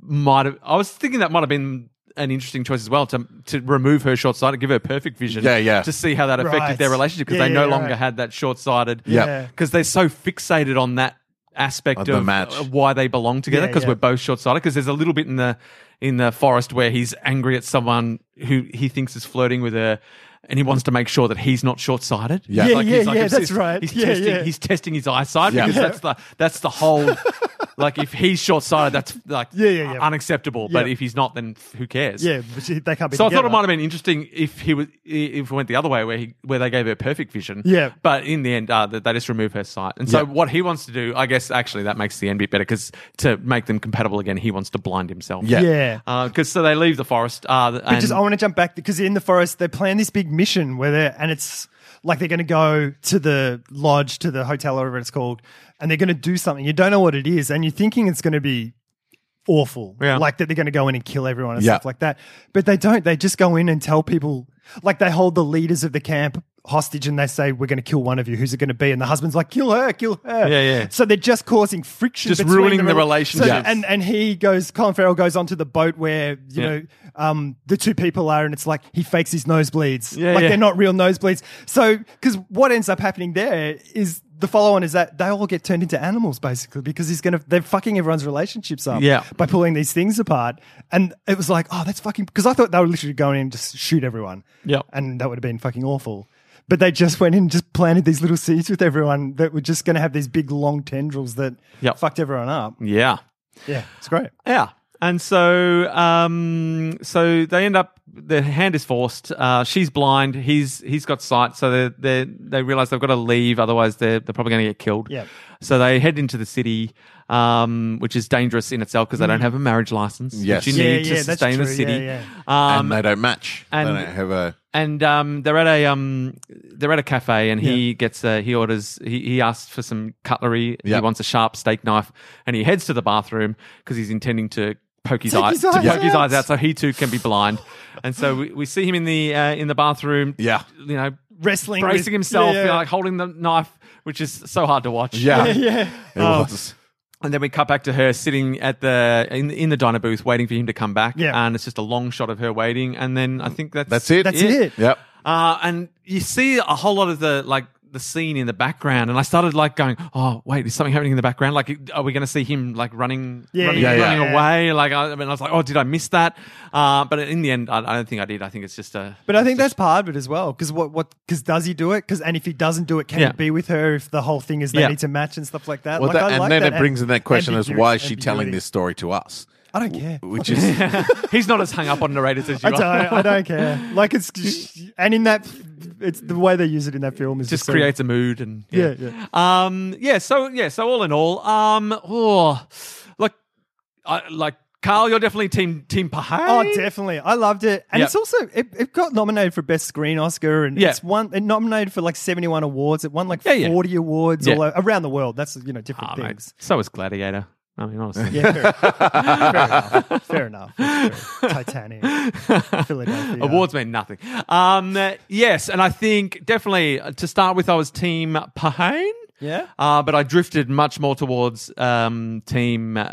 Speaker 3: might have. I was thinking that might have been an interesting choice as well to to remove her short sighted, give her perfect vision.
Speaker 1: Yeah, yeah.
Speaker 3: To see how that affected
Speaker 4: Right.
Speaker 3: their relationship because
Speaker 4: Yeah,
Speaker 3: they
Speaker 4: yeah,
Speaker 3: no
Speaker 4: yeah,
Speaker 3: longer
Speaker 4: right.
Speaker 3: had that short sighted.
Speaker 1: Yeah.
Speaker 3: Because they're so fixated on that aspect
Speaker 1: Of
Speaker 3: of,
Speaker 1: the match.
Speaker 3: uh, why they belong together
Speaker 4: Yeah,
Speaker 3: because
Speaker 4: yeah.
Speaker 3: we're both short sighted. Because there's a little bit in the in the forest where he's angry at someone who he thinks is flirting with her. And he wants to make sure that he's not short-sighted.
Speaker 1: Yeah.
Speaker 4: Yeah, yeah, yeah,
Speaker 3: obsessed.
Speaker 4: that's right.
Speaker 3: He's
Speaker 4: Yeah,
Speaker 3: testing,
Speaker 4: yeah.
Speaker 3: he's testing his eyesight
Speaker 1: Yeah.
Speaker 3: because
Speaker 1: Yeah.
Speaker 3: that's the that's the whole. like if he's short-sighted, that's like
Speaker 4: Yeah, yeah, yeah.
Speaker 3: unacceptable. But
Speaker 4: Yeah.
Speaker 3: if he's not, then who cares?
Speaker 4: Yeah, but she- they can't be.
Speaker 3: So I
Speaker 4: together.
Speaker 3: thought it might have been interesting if he was if it went the other way where he where they gave her perfect vision.
Speaker 4: Yeah.
Speaker 3: But in the end, uh, they they just remove her sight. And so
Speaker 1: Yeah.
Speaker 3: what he wants to do, I guess, actually that makes the end bit better because to make them compatible again, he wants to blind himself.
Speaker 1: Yeah.
Speaker 4: Yeah.
Speaker 3: Because so they leave the forest. Uh,
Speaker 4: But
Speaker 3: and-
Speaker 4: just I want to jump back because in the forest they plan this big mission where they're and it's like they're going to go to the lodge to the hotel or whatever it's called, and they're going to do something. You don't know what it is, and you're thinking it's going to be awful,
Speaker 3: Yeah.
Speaker 4: like that they're going to go in and kill everyone and
Speaker 1: Yeah.
Speaker 4: stuff like that. But they don't. They just go in and tell people like they hold the leaders of the camp hostage and they say we're going to kill one of you who's it going to be and the husband's like kill her kill her
Speaker 3: Yeah, yeah.
Speaker 4: so they're just causing friction
Speaker 3: Just
Speaker 4: between
Speaker 3: ruining the
Speaker 4: rela-
Speaker 3: relationships.
Speaker 4: So- and and he goes colin farrell goes onto the boat where you
Speaker 3: Yeah.
Speaker 4: know um, the two people are, and it's like he fakes his nosebleeds.
Speaker 3: Yeah,
Speaker 4: like
Speaker 3: yeah.
Speaker 4: they're not real nosebleeds. So, because what ends up happening there is the follow on is that they all get turned into animals basically because he's gonna they're fucking everyone's relationships up
Speaker 3: Yeah.
Speaker 4: by pulling these things apart. And it was like, oh, that's fucking because I thought they were literally going in and just shoot everyone.
Speaker 3: Yeah.
Speaker 4: and that would have been fucking awful. But they just went in and just planted these little seeds with everyone that were just going to have these big long tendrils that
Speaker 3: Yep.
Speaker 4: fucked everyone up.
Speaker 3: yeah.
Speaker 4: Yeah, it's great.
Speaker 3: Yeah. And so, um, so they end up. Their hand is forced. Uh, she's blind. He's he's got sight. So they they they realize they've got to leave. Otherwise, they're they're probably going to get killed.
Speaker 4: Yep.
Speaker 3: So they head into the city, um, which is dangerous in itself because they don't have a marriage license.
Speaker 1: Yes.
Speaker 3: Which you
Speaker 4: Mm. Yeah,
Speaker 3: need
Speaker 4: yeah,
Speaker 3: to
Speaker 4: that's
Speaker 3: sustain the
Speaker 4: true.
Speaker 3: city.
Speaker 4: Yeah,
Speaker 3: Um,
Speaker 1: and they don't match.
Speaker 3: and-
Speaker 1: they don't have a.
Speaker 3: and um, they're at a um, they're at a cafe, and he gets a, he orders he, he asks for some cutlery.
Speaker 1: Yeah.
Speaker 3: He wants a sharp steak knife, and he heads to the bathroom because he's intending to poke his
Speaker 4: Take
Speaker 3: eyes
Speaker 4: his
Speaker 3: to
Speaker 4: eyes
Speaker 3: poke his
Speaker 4: out.
Speaker 3: eyes out, so he too can be blind. and so we, we see him in the uh, in the bathroom.
Speaker 1: Yeah.
Speaker 3: you know,
Speaker 4: Wrestling, with-
Speaker 3: bracing himself,
Speaker 4: Yeah,
Speaker 3: you know,
Speaker 4: yeah. <laughs>
Speaker 3: like holding the knife, which is so hard to watch.
Speaker 1: Yeah.
Speaker 4: yeah.
Speaker 1: It
Speaker 4: Oh,
Speaker 3: Oh,
Speaker 1: was.
Speaker 3: And then we cut back to her sitting at the in, in the diner booth, waiting for him to come back.
Speaker 4: Yeah.
Speaker 3: and it's just a long shot of her waiting, and then I think that's
Speaker 1: That's it.
Speaker 4: That's it.
Speaker 1: Yep.
Speaker 3: uh, and you see a whole lot of the like the scene in the background, and I started like going, "Oh, wait, is something happening in the background? Like, are we going to see him like running,
Speaker 4: Yeah,
Speaker 3: running,
Speaker 4: yeah,
Speaker 3: running
Speaker 4: yeah.
Speaker 3: away?" Like, I, I mean, I was like, "Oh, did I miss that?" Uh, but in the end, I, I don't think I did. I think it's just a.
Speaker 4: But I think that's part of it as well, because what what because does he do it? Because and if he doesn't do it, can
Speaker 3: Yeah.
Speaker 4: he be with her? If the whole thing is they
Speaker 3: Yeah.
Speaker 4: need to match and stuff like that.
Speaker 1: Well,
Speaker 4: Like,
Speaker 1: that-
Speaker 4: I
Speaker 1: and
Speaker 4: like
Speaker 1: then
Speaker 4: that
Speaker 1: it brings in that question as
Speaker 4: ambiguity-
Speaker 1: why is she telling
Speaker 4: ambiguity.
Speaker 1: this story to us?
Speaker 4: I don't care.
Speaker 1: Which is <laughs>
Speaker 3: <laughs> He's not as hung up on narrators as you are.
Speaker 4: I don't, I don't care.
Speaker 1: <laughs>
Speaker 4: Like it's just- and in that it's the way they use it in that film is
Speaker 3: <laughs> just
Speaker 4: just, so-
Speaker 3: creates a mood and
Speaker 4: Yeah,
Speaker 3: Um, yeah. So yeah. So all in all, um, oh, look, I, like Carl, you're definitely team team Pahane.
Speaker 4: Oh, definitely. I loved it. And
Speaker 3: Yeah.
Speaker 4: it's also, it, it got nominated for Best Screen Oscar and
Speaker 3: Yeah.
Speaker 4: it's won, it nominated for like 71 awards. It won like
Speaker 3: Yeah, yeah.
Speaker 4: 40 awards
Speaker 3: Yeah.
Speaker 4: all o- around the world. That's, you know, different
Speaker 3: Ah, mate,
Speaker 4: things.
Speaker 3: so is Gladiator. I mean, honestly.
Speaker 4: Yeah, fair, enough. fair enough. That's true. Titanic,
Speaker 3: <laughs>
Speaker 4: Philadelphia.
Speaker 3: Awards mean nothing. Um, yes, and I think definitely uh, to start with, I was Team Pahane,
Speaker 4: Yeah.
Speaker 3: uh, but I drifted much more towards um, Team uh,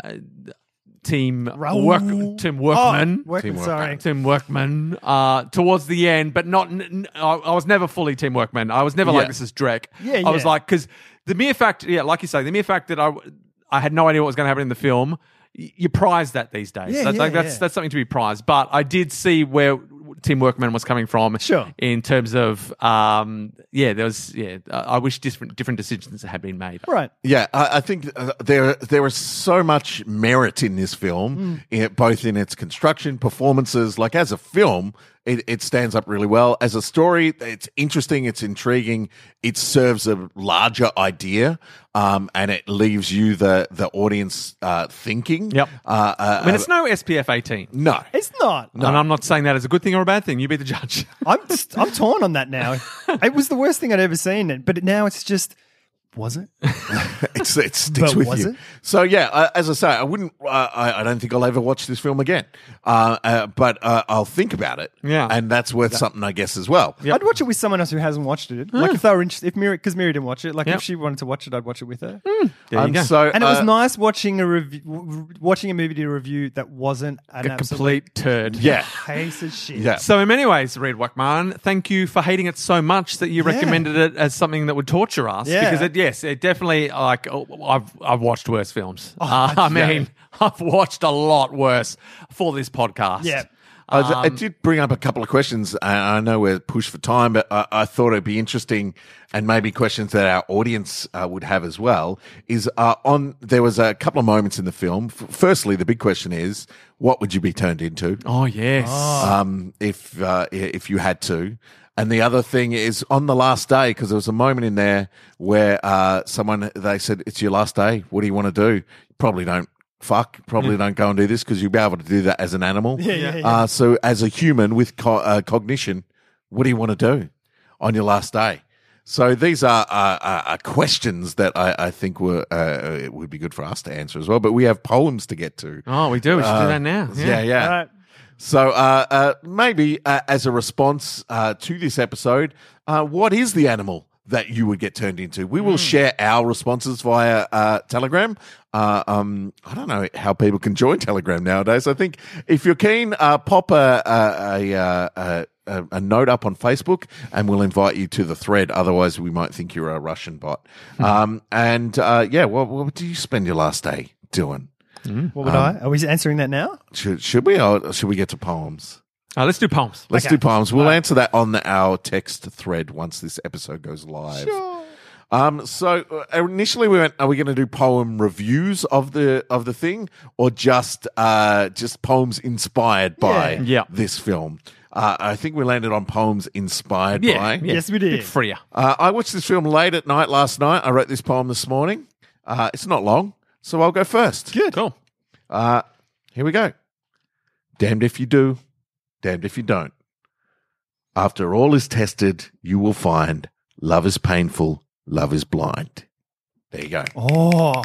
Speaker 3: Team
Speaker 4: Raoul.
Speaker 3: Work Team Workman.
Speaker 4: Oh, Workman,
Speaker 1: Team
Speaker 4: sorry.
Speaker 3: Tim Workman uh, towards the end, but not. N- n- I, I was never fully Tim Workman. I was never
Speaker 1: Yeah.
Speaker 3: like this is Drek.
Speaker 4: Yeah,
Speaker 3: I was
Speaker 4: yeah.
Speaker 3: like because the mere fact, yeah, like you say, the mere fact that I w- I had no idea what was going to happen in the film. y- You prize that these days.
Speaker 4: Yeah,
Speaker 3: that's,
Speaker 4: yeah,
Speaker 3: like, that's
Speaker 4: yeah.
Speaker 3: that's something to be prized. But I did see where Tim Workman was coming from.
Speaker 4: Sure.
Speaker 3: In terms of, um, yeah, there was, yeah, I I wish different different decisions had been made.
Speaker 4: Right.
Speaker 1: Yeah, I, I think uh, there there is so much merit in this
Speaker 3: Hmm.
Speaker 1: film, in- both in its construction, performances. Like as a film, it, it stands up really well. As a story, it's interesting, it's intriguing, it serves a larger idea, um, and it leaves you the the audience uh, thinking.
Speaker 3: Yep.
Speaker 1: Uh, uh,
Speaker 3: I mean, it's no SPF eighteen.
Speaker 1: no. <laughs>
Speaker 4: It's not.
Speaker 3: And I'm not saying that as a good thing or a bad thing. You be the judge. <laughs>
Speaker 4: I'm just, I'm torn on that now. It was the worst thing I'd ever seen, but now it's just, was it?
Speaker 1: it's, it sticks
Speaker 4: But
Speaker 1: with
Speaker 4: was
Speaker 1: you.
Speaker 4: it?
Speaker 1: So yeah, uh, as I say, I wouldn't. Uh, I, I don't think I'll ever watch this film again. Uh, uh, but uh, I'll think about it.
Speaker 3: Yeah.
Speaker 1: and that's worth something, I guess, as well.
Speaker 4: I'd watch it with someone else who hasn't watched it. Like if they were interested, if Miri, because Miri didn't watch it, like
Speaker 3: Hmm. Yep. Hmm.
Speaker 4: if she wanted to watch it, I'd watch it with her.
Speaker 3: There you
Speaker 1: Um,
Speaker 3: go.
Speaker 1: So
Speaker 4: And it was
Speaker 1: uh,
Speaker 4: nice watching a review, w- w- watching a movie to review that wasn't an
Speaker 3: a
Speaker 4: absolute
Speaker 3: complete turd.
Speaker 1: Yeah,
Speaker 4: piece of shit.
Speaker 1: yeah.
Speaker 3: So, in many ways, Reed Wackman, thank you for hating it so much that you
Speaker 4: Yeah.
Speaker 3: recommended it as something that would torture us.
Speaker 4: Yeah.
Speaker 3: Because it, yes, it definitely like oh, I've I've watched worse films.
Speaker 4: Oh,
Speaker 3: Uh, <laughs> I mean, I've watched a lot worse for this podcast.
Speaker 4: Yeah.
Speaker 1: I, was- I
Speaker 4: Um,
Speaker 1: did bring up a couple of questions. I I know we're pushed for time, but I, I thought it'd be interesting, and maybe questions that our audience uh, would have as well. Is uh, on there was a couple of moments in the film. F- firstly, the big question is, what would you be turned into?
Speaker 3: Oh yes.
Speaker 1: um, if uh, i- if you had to. And the other thing is on the last day because there was a moment in there where uh, someone they said it's your last day. What do you want to do? Probably don't fuck. Probably don't go and do this because you'll be able to do that as an animal.
Speaker 4: Hmm. Yeah, yeah, yeah.
Speaker 1: Uh, so as a human with co- uh, cognition, what do you want to do on your last day? So these are, are, are, are questions that I, I think were uh, it would be good for us to answer as well. But we have poems to get to.
Speaker 3: Oh, we do. We should
Speaker 4: Uh,
Speaker 3: do that now.
Speaker 1: Yeah, yeah.
Speaker 4: All right.
Speaker 1: So uh, uh, maybe uh, as a response uh, to this episode, uh, what is the animal that you would get turned into? We will share our responses via uh, Telegram. Uh, um, I don't know how people can join Telegram nowadays. I think if you're keen, uh, pop a a, a, uh, a a a note up on Facebook, and we'll invite you to the thread. Otherwise, we might think you're a Russian bot. um, and uh, yeah, what, what do you spend your last day doing?
Speaker 3: Hmm.
Speaker 4: What would
Speaker 3: Um,
Speaker 4: I? Are we answering that now?
Speaker 1: Should, should we or should we get to poems?
Speaker 3: Uh, let's do poems.
Speaker 1: Let's
Speaker 4: Okay.
Speaker 1: do poems. We'll answer that on the, our text thread once this episode goes live. Um, so uh, initially we went, are we going to do poem reviews of the of the thing, or just uh, just poems inspired by
Speaker 4: Yeah.
Speaker 3: Yeah.
Speaker 1: this film? Uh, I think we landed on poems inspired
Speaker 3: Yeah,
Speaker 1: by.
Speaker 3: yeah.
Speaker 4: Yes, we did.
Speaker 3: Bit freer.
Speaker 1: Uh, I watched this film late at night last night. I wrote this poem this morning. Uh, it's not long, so I'll go first.
Speaker 3: Good. Cool.
Speaker 1: Uh, here we go. Damned if you do, damned if you don't. After all is tested, you will find love is painful, love is blind. There you go.
Speaker 4: Oh,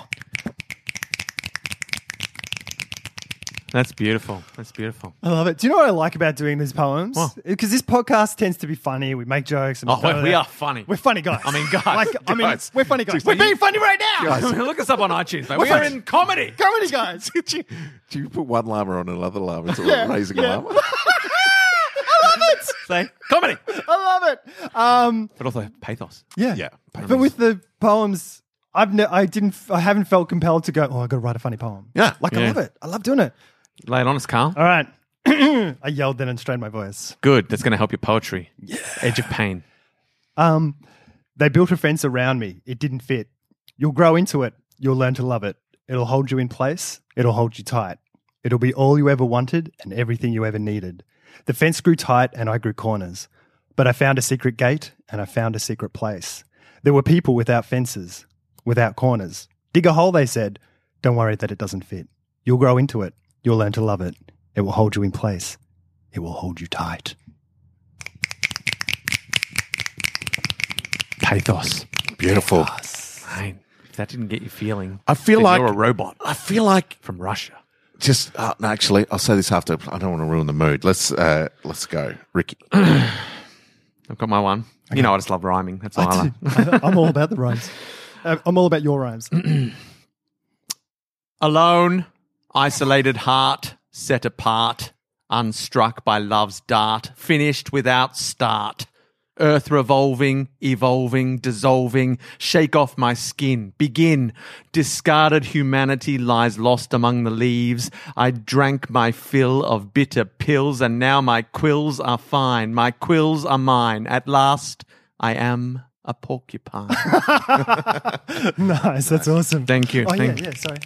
Speaker 3: That's beautiful. That's beautiful.
Speaker 4: I love it. Do you know what I like about doing these poems?
Speaker 3: What?
Speaker 4: Because this podcast tends to be funny. We make jokes. And
Speaker 3: Oh,
Speaker 4: da- da-
Speaker 3: we
Speaker 4: da.
Speaker 3: are funny.
Speaker 4: We're funny guys.
Speaker 3: I mean, guys,
Speaker 4: Like, I mean,
Speaker 1: guys.
Speaker 4: we're funny guys.
Speaker 1: Dude,
Speaker 4: We're being funny right now. <laughs>
Speaker 3: Look us up on iTunes, mate. We are in comedy. <laughs>
Speaker 4: Comedy guys. <laughs> Ah!
Speaker 1: Did <laughs> you, did you put one llama on another llama? It's a raising a llama.
Speaker 4: I love it.
Speaker 3: Say comedy,
Speaker 4: I love it. Um,
Speaker 3: but also pathos.
Speaker 4: yeah,
Speaker 1: Yeah.
Speaker 4: But with the poems, I've ne- I didn't I haven't felt compelled to go. Oh, I got to write a funny poem.
Speaker 1: Yeah.
Speaker 4: like I
Speaker 3: Yeah.
Speaker 4: love it. I love doing it.
Speaker 3: Lay it on us, Carl.
Speaker 4: All right. <clears throat> I yelled then and strained my voice.
Speaker 3: Good. That's going to help your poetry. Edge of pain.
Speaker 4: Um, they built a fence around me. It didn't fit. You'll grow into it. You'll learn to love it. It'll hold you in place. It'll hold you tight. It'll be all you ever wanted and everything you ever needed. The fence grew tight and I grew corners. But I found a secret gate and I found a secret place. There were people without fences, without corners. Dig a hole, they said. Don't worry that it doesn't fit. You'll grow into it. You'll learn to love it. It will hold you in place. It will hold you tight.
Speaker 3: Pathos.
Speaker 1: Beautiful.
Speaker 3: Pain. If that didn't get you feeling,
Speaker 1: I feel
Speaker 3: then
Speaker 1: like-
Speaker 3: you're a robot
Speaker 1: I feel like
Speaker 3: from Russia.
Speaker 1: just uh, no, actually, I'll say this after. I don't want to ruin the mood. Let's uh, let's go, Ricky.
Speaker 3: I've got my one. You know, I just love rhyming. That's all I, love.
Speaker 4: <laughs> I'm all about the rhymes. Uh, I'm all about your rhymes.
Speaker 3: Alone, isolated heart, set apart, unstruck by love's dart, finished without start. Earth revolving, evolving, dissolving, shake off my skin, begin. Discarded humanity lies lost among the leaves. I drank my fill of bitter pills, and now my quills are fine. My quills are mine. At last, I am a porcupine.
Speaker 4: <laughs> nice. That's awesome.
Speaker 3: Thank you.
Speaker 4: Oh,
Speaker 3: Thank
Speaker 4: yeah, yeah. Sorry.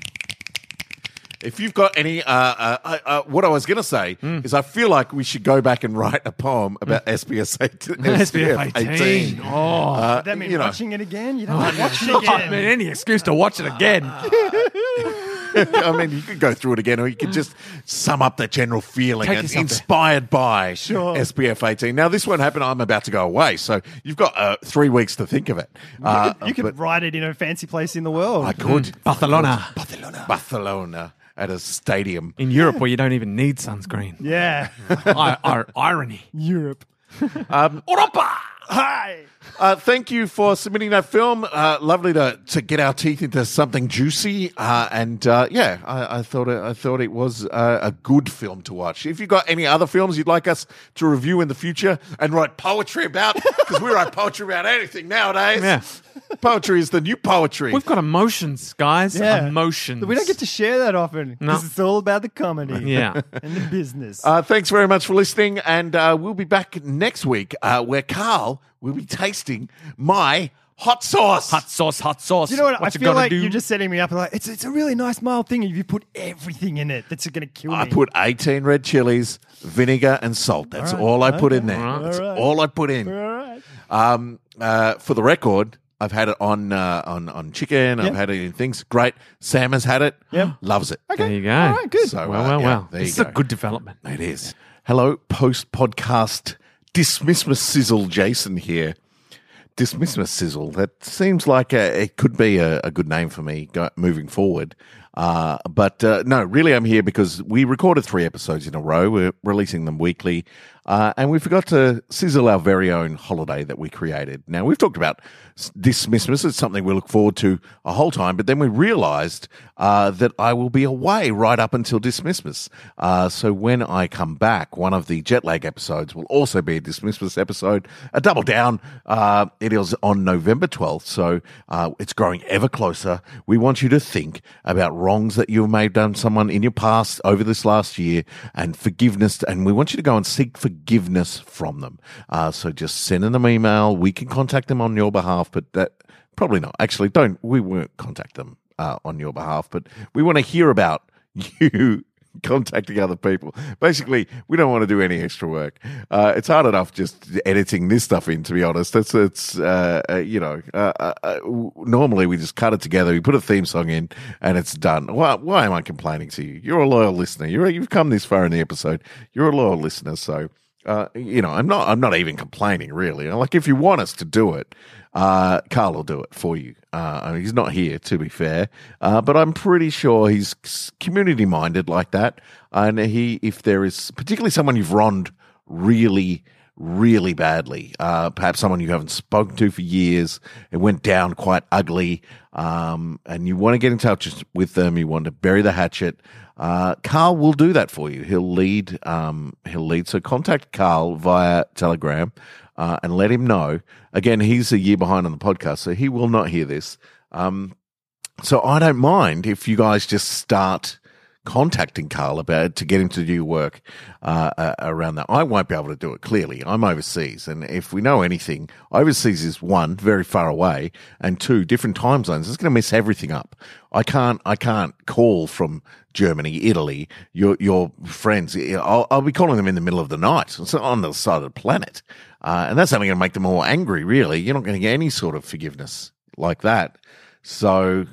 Speaker 1: If you've got any, uh, uh, uh, uh, what I was going to say
Speaker 4: Hmm.
Speaker 1: is, I feel like we should go back and write a poem about SBS
Speaker 4: <laughs>
Speaker 1: 18. SBF 18.
Speaker 3: Oh.
Speaker 1: Uh,
Speaker 4: That means
Speaker 1: you know, <laughs>
Speaker 4: watching it again? You don't like watching it
Speaker 3: I
Speaker 4: again.
Speaker 3: mean, any excuse to watch it again.
Speaker 1: I mean, you could go through it again, or you could just sum up the general feeling
Speaker 3: Take
Speaker 1: and
Speaker 3: yourself there.
Speaker 1: inspired by
Speaker 4: Sure.
Speaker 1: SBF 18. Now, this won't happen. I'm about to go away, so you've got uh, three weeks to think of it. Uh,
Speaker 4: you could
Speaker 1: but
Speaker 4: write it in a fancy place in the world.
Speaker 1: I could
Speaker 3: Barcelona.
Speaker 1: Barcelona, Barcelona at a stadium.
Speaker 3: In Europe, where you don't even need sunscreen. <laughs>
Speaker 4: yeah.
Speaker 3: I, I,
Speaker 4: <laughs>
Speaker 3: irony.
Speaker 4: Europe.
Speaker 3: Europa!
Speaker 4: Hi.
Speaker 1: Uh, thank you for submitting that film. Uh, lovely to, to get our teeth into something juicy. Uh, and uh, yeah, I, I thought it, I thought it was uh, a good film to watch. If you've got any other films you'd like us to review in the future and write poetry about, because we write poetry about anything nowadays.
Speaker 3: Yeah.
Speaker 1: Poetry is the new poetry.
Speaker 3: We've got emotions, guys.
Speaker 4: Yeah.
Speaker 3: Emotions.
Speaker 4: We don't get to share that often because it's all about the comedy
Speaker 3: Yeah.
Speaker 4: <laughs> and the business.
Speaker 1: Uh, thanks very much for listening, and uh, we'll be back next week uh, where Carl will be tasting my hot sauce.
Speaker 3: hot sauce, hot sauce.
Speaker 4: you know what? I
Speaker 3: you
Speaker 4: feel
Speaker 3: gotta
Speaker 4: like
Speaker 3: do?
Speaker 4: you're just setting me up. Like it's it's a really nice mild thing if you put everything in it. That's going to kill
Speaker 1: I
Speaker 4: me.
Speaker 1: put 18 red chilies, vinegar, and salt. That's
Speaker 4: right.
Speaker 1: all I put in there.
Speaker 3: All right.
Speaker 1: That's
Speaker 4: All right.
Speaker 1: all I put
Speaker 4: all
Speaker 1: in.
Speaker 4: right.
Speaker 1: Um, uh, for the record, I've had it on uh, on on chicken.
Speaker 4: Yeah.
Speaker 1: I've had it in things. Great. Sam has had it.
Speaker 4: Yeah.
Speaker 1: Loves it.
Speaker 3: There you go.
Speaker 4: All right, good.
Speaker 1: So, uh,
Speaker 3: well, well,
Speaker 1: yeah,
Speaker 3: well.
Speaker 1: there
Speaker 3: This is
Speaker 1: you
Speaker 3: a
Speaker 1: go.
Speaker 3: good development.
Speaker 1: It is. Hello, post podcast dismiss my sizzle, Jason here. Dismiss my sizzle. That seems like a, it could be a, a good name for me go, moving forward. Uh, but uh, no, really, I'm here because we recorded three episodes in a row. We're releasing them weekly, uh, and we forgot to sizzle our very own holiday that we created. Now we've talked about s- dismissmas; it's something we look forward to a whole time. But then we realised uh, that I will be away right up until Dismissmas. Uh, so when I come back, one of the jet lag episodes will also be a Dismissmas episode, a double down. Uh, it is on November 12th, so uh, it's growing ever closer. We want you to think about wrongs that you've made done someone in your past over this last year and forgiveness, and we want you to go and seek forgiveness from them. Uh, so just send in them an email. We can contact them on your behalf, but that probably not. Actually, don't. We won't contact them uh, on your behalf, but we want to hear about <laughs> you contacting other people. Basically, we don't want to do any extra work. Uh, it's hard enough just editing this stuff in, to be honest. That's it's uh, uh, you know uh, uh, uh, w- normally we just cut it together, we put a theme song in, and it's done. Why, why am I complaining to you? You're a loyal listener. You're you've come this far in the episode. You're a loyal listener, so uh, you know, I'm not. I'm not even complaining, really. Like, if you want us to do it, uh, Carl will do it for you. Uh, I mean, he's not here, to be fair, uh, but I'm pretty sure he's community minded like that. And he, if there is particularly someone you've wronged really, really badly. Uh, perhaps someone you haven't spoken to for years. It went down quite ugly. Um, and you want to get in touch with them. You want to bury the hatchet. Uh, Carl will do that for you. He'll lead. Um, he'll lead. So contact Carl via Telegram uh, and let him know. Again, he's a year behind on the podcast, so he will not hear this. Um, so I don't mind if you guys just start contacting Carl about to get him to do work uh, uh, around that. I won't be able to do it. Clearly, I'm overseas, and if we know anything, overseas is one very far away, and two different time zones. It's going to mess everything up. I can't. I can't call from Germany, Italy. Your your friends. I'll, I'll be calling them in the middle of the night. It's on the other side of the planet, uh, and that's only going to make them more angry. Really, you're not going to get any sort of forgiveness like that. So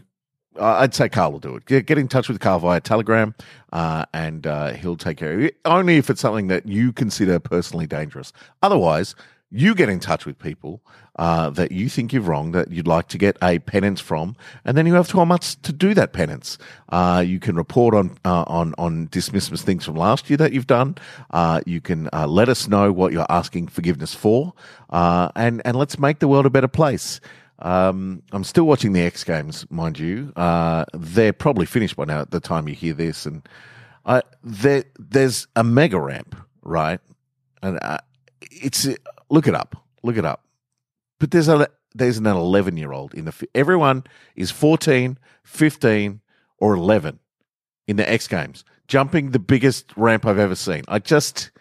Speaker 1: uh, I'd say Carl will do it. Get, get in touch with Carl via Telegram, uh, and uh, he'll take care of it. Only if it's something that you consider personally dangerous. Otherwise, you get in touch with people uh, that you think you've wronged, that you'd like to get a penance from, and then you have 12 months to do that penance. Uh, you can report on uh, on on dismissive things from last year that you've done. Uh, you can uh, let us know what you're asking forgiveness for, uh, and and let's make the world a better place. Um, I'm still watching the X Games, mind you. Uh, they're probably finished by now at the time you hear this, and I there there's a mega ramp, right? And uh, it's look it up, look it up. But there's a there's an 11 year old in the fi- everyone is 14, 15, or 11 in the X Games, jumping the biggest ramp I've ever seen. I just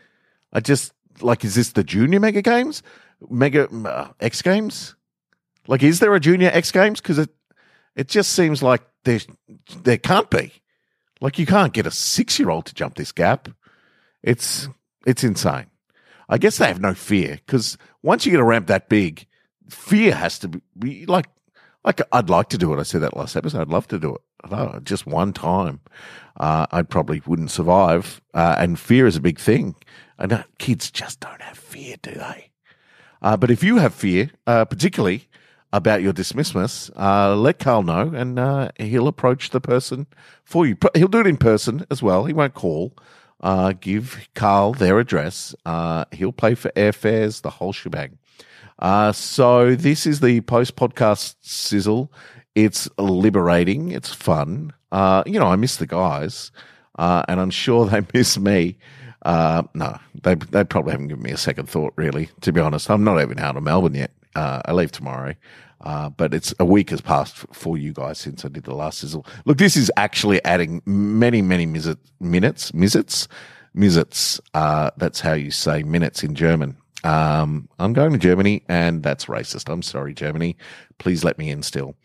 Speaker 1: I just like is this the junior mega games, mega uh, X Games? Like, is there a junior X Games? Because it it just seems like there there can't be. Like, you can't get a six year old to jump this gap. It's it's insane. I guess they have no fear because once you get a ramp that big, fear has to be, be like like I'd like to do it. I said that last episode. I'd love to do it. I don't know, just one time, uh, I probably wouldn't survive. Uh, and fear is a big thing. And uh, kids just don't have fear, do they? Uh, but if you have fear, uh, particularly about your dismissmas, uh, let Carl know and uh, he'll approach the person for you. Pro- He'll do it in person as well. He won't call. Uh, give Carl their address. Uh, he'll pay for airfares, the whole shebang. Uh, so this is the post podcast sizzle. It's liberating. It's fun. Uh, you know, I miss the guys, uh, and I'm sure they <laughs> miss me. Uh, no, they they probably haven't given me a second thought, really. To be honest, I'm not even out of Melbourne yet. Uh, I leave tomorrow, uh, but it's a week has passed f- for you guys since I did the last sizzle. Look, this is actually adding many, many mizzet, minutes, mizzets, mizzets. Uh, that's how you say minutes in German. Um, I'm going to Germany, and that's racist. I'm sorry, Germany. Please let me in still.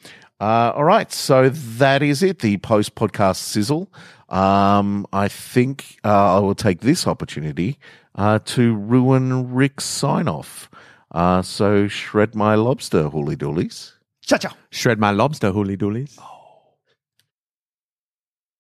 Speaker 1: Uh, all right, so that is it. The post podcast sizzle. Um, I think uh, I will take this opportunity uh, to ruin Rick's sign off. Uh, so shred my lobster, hooly doolies.
Speaker 4: Cha cha.
Speaker 3: Shred my lobster, hooly doolies.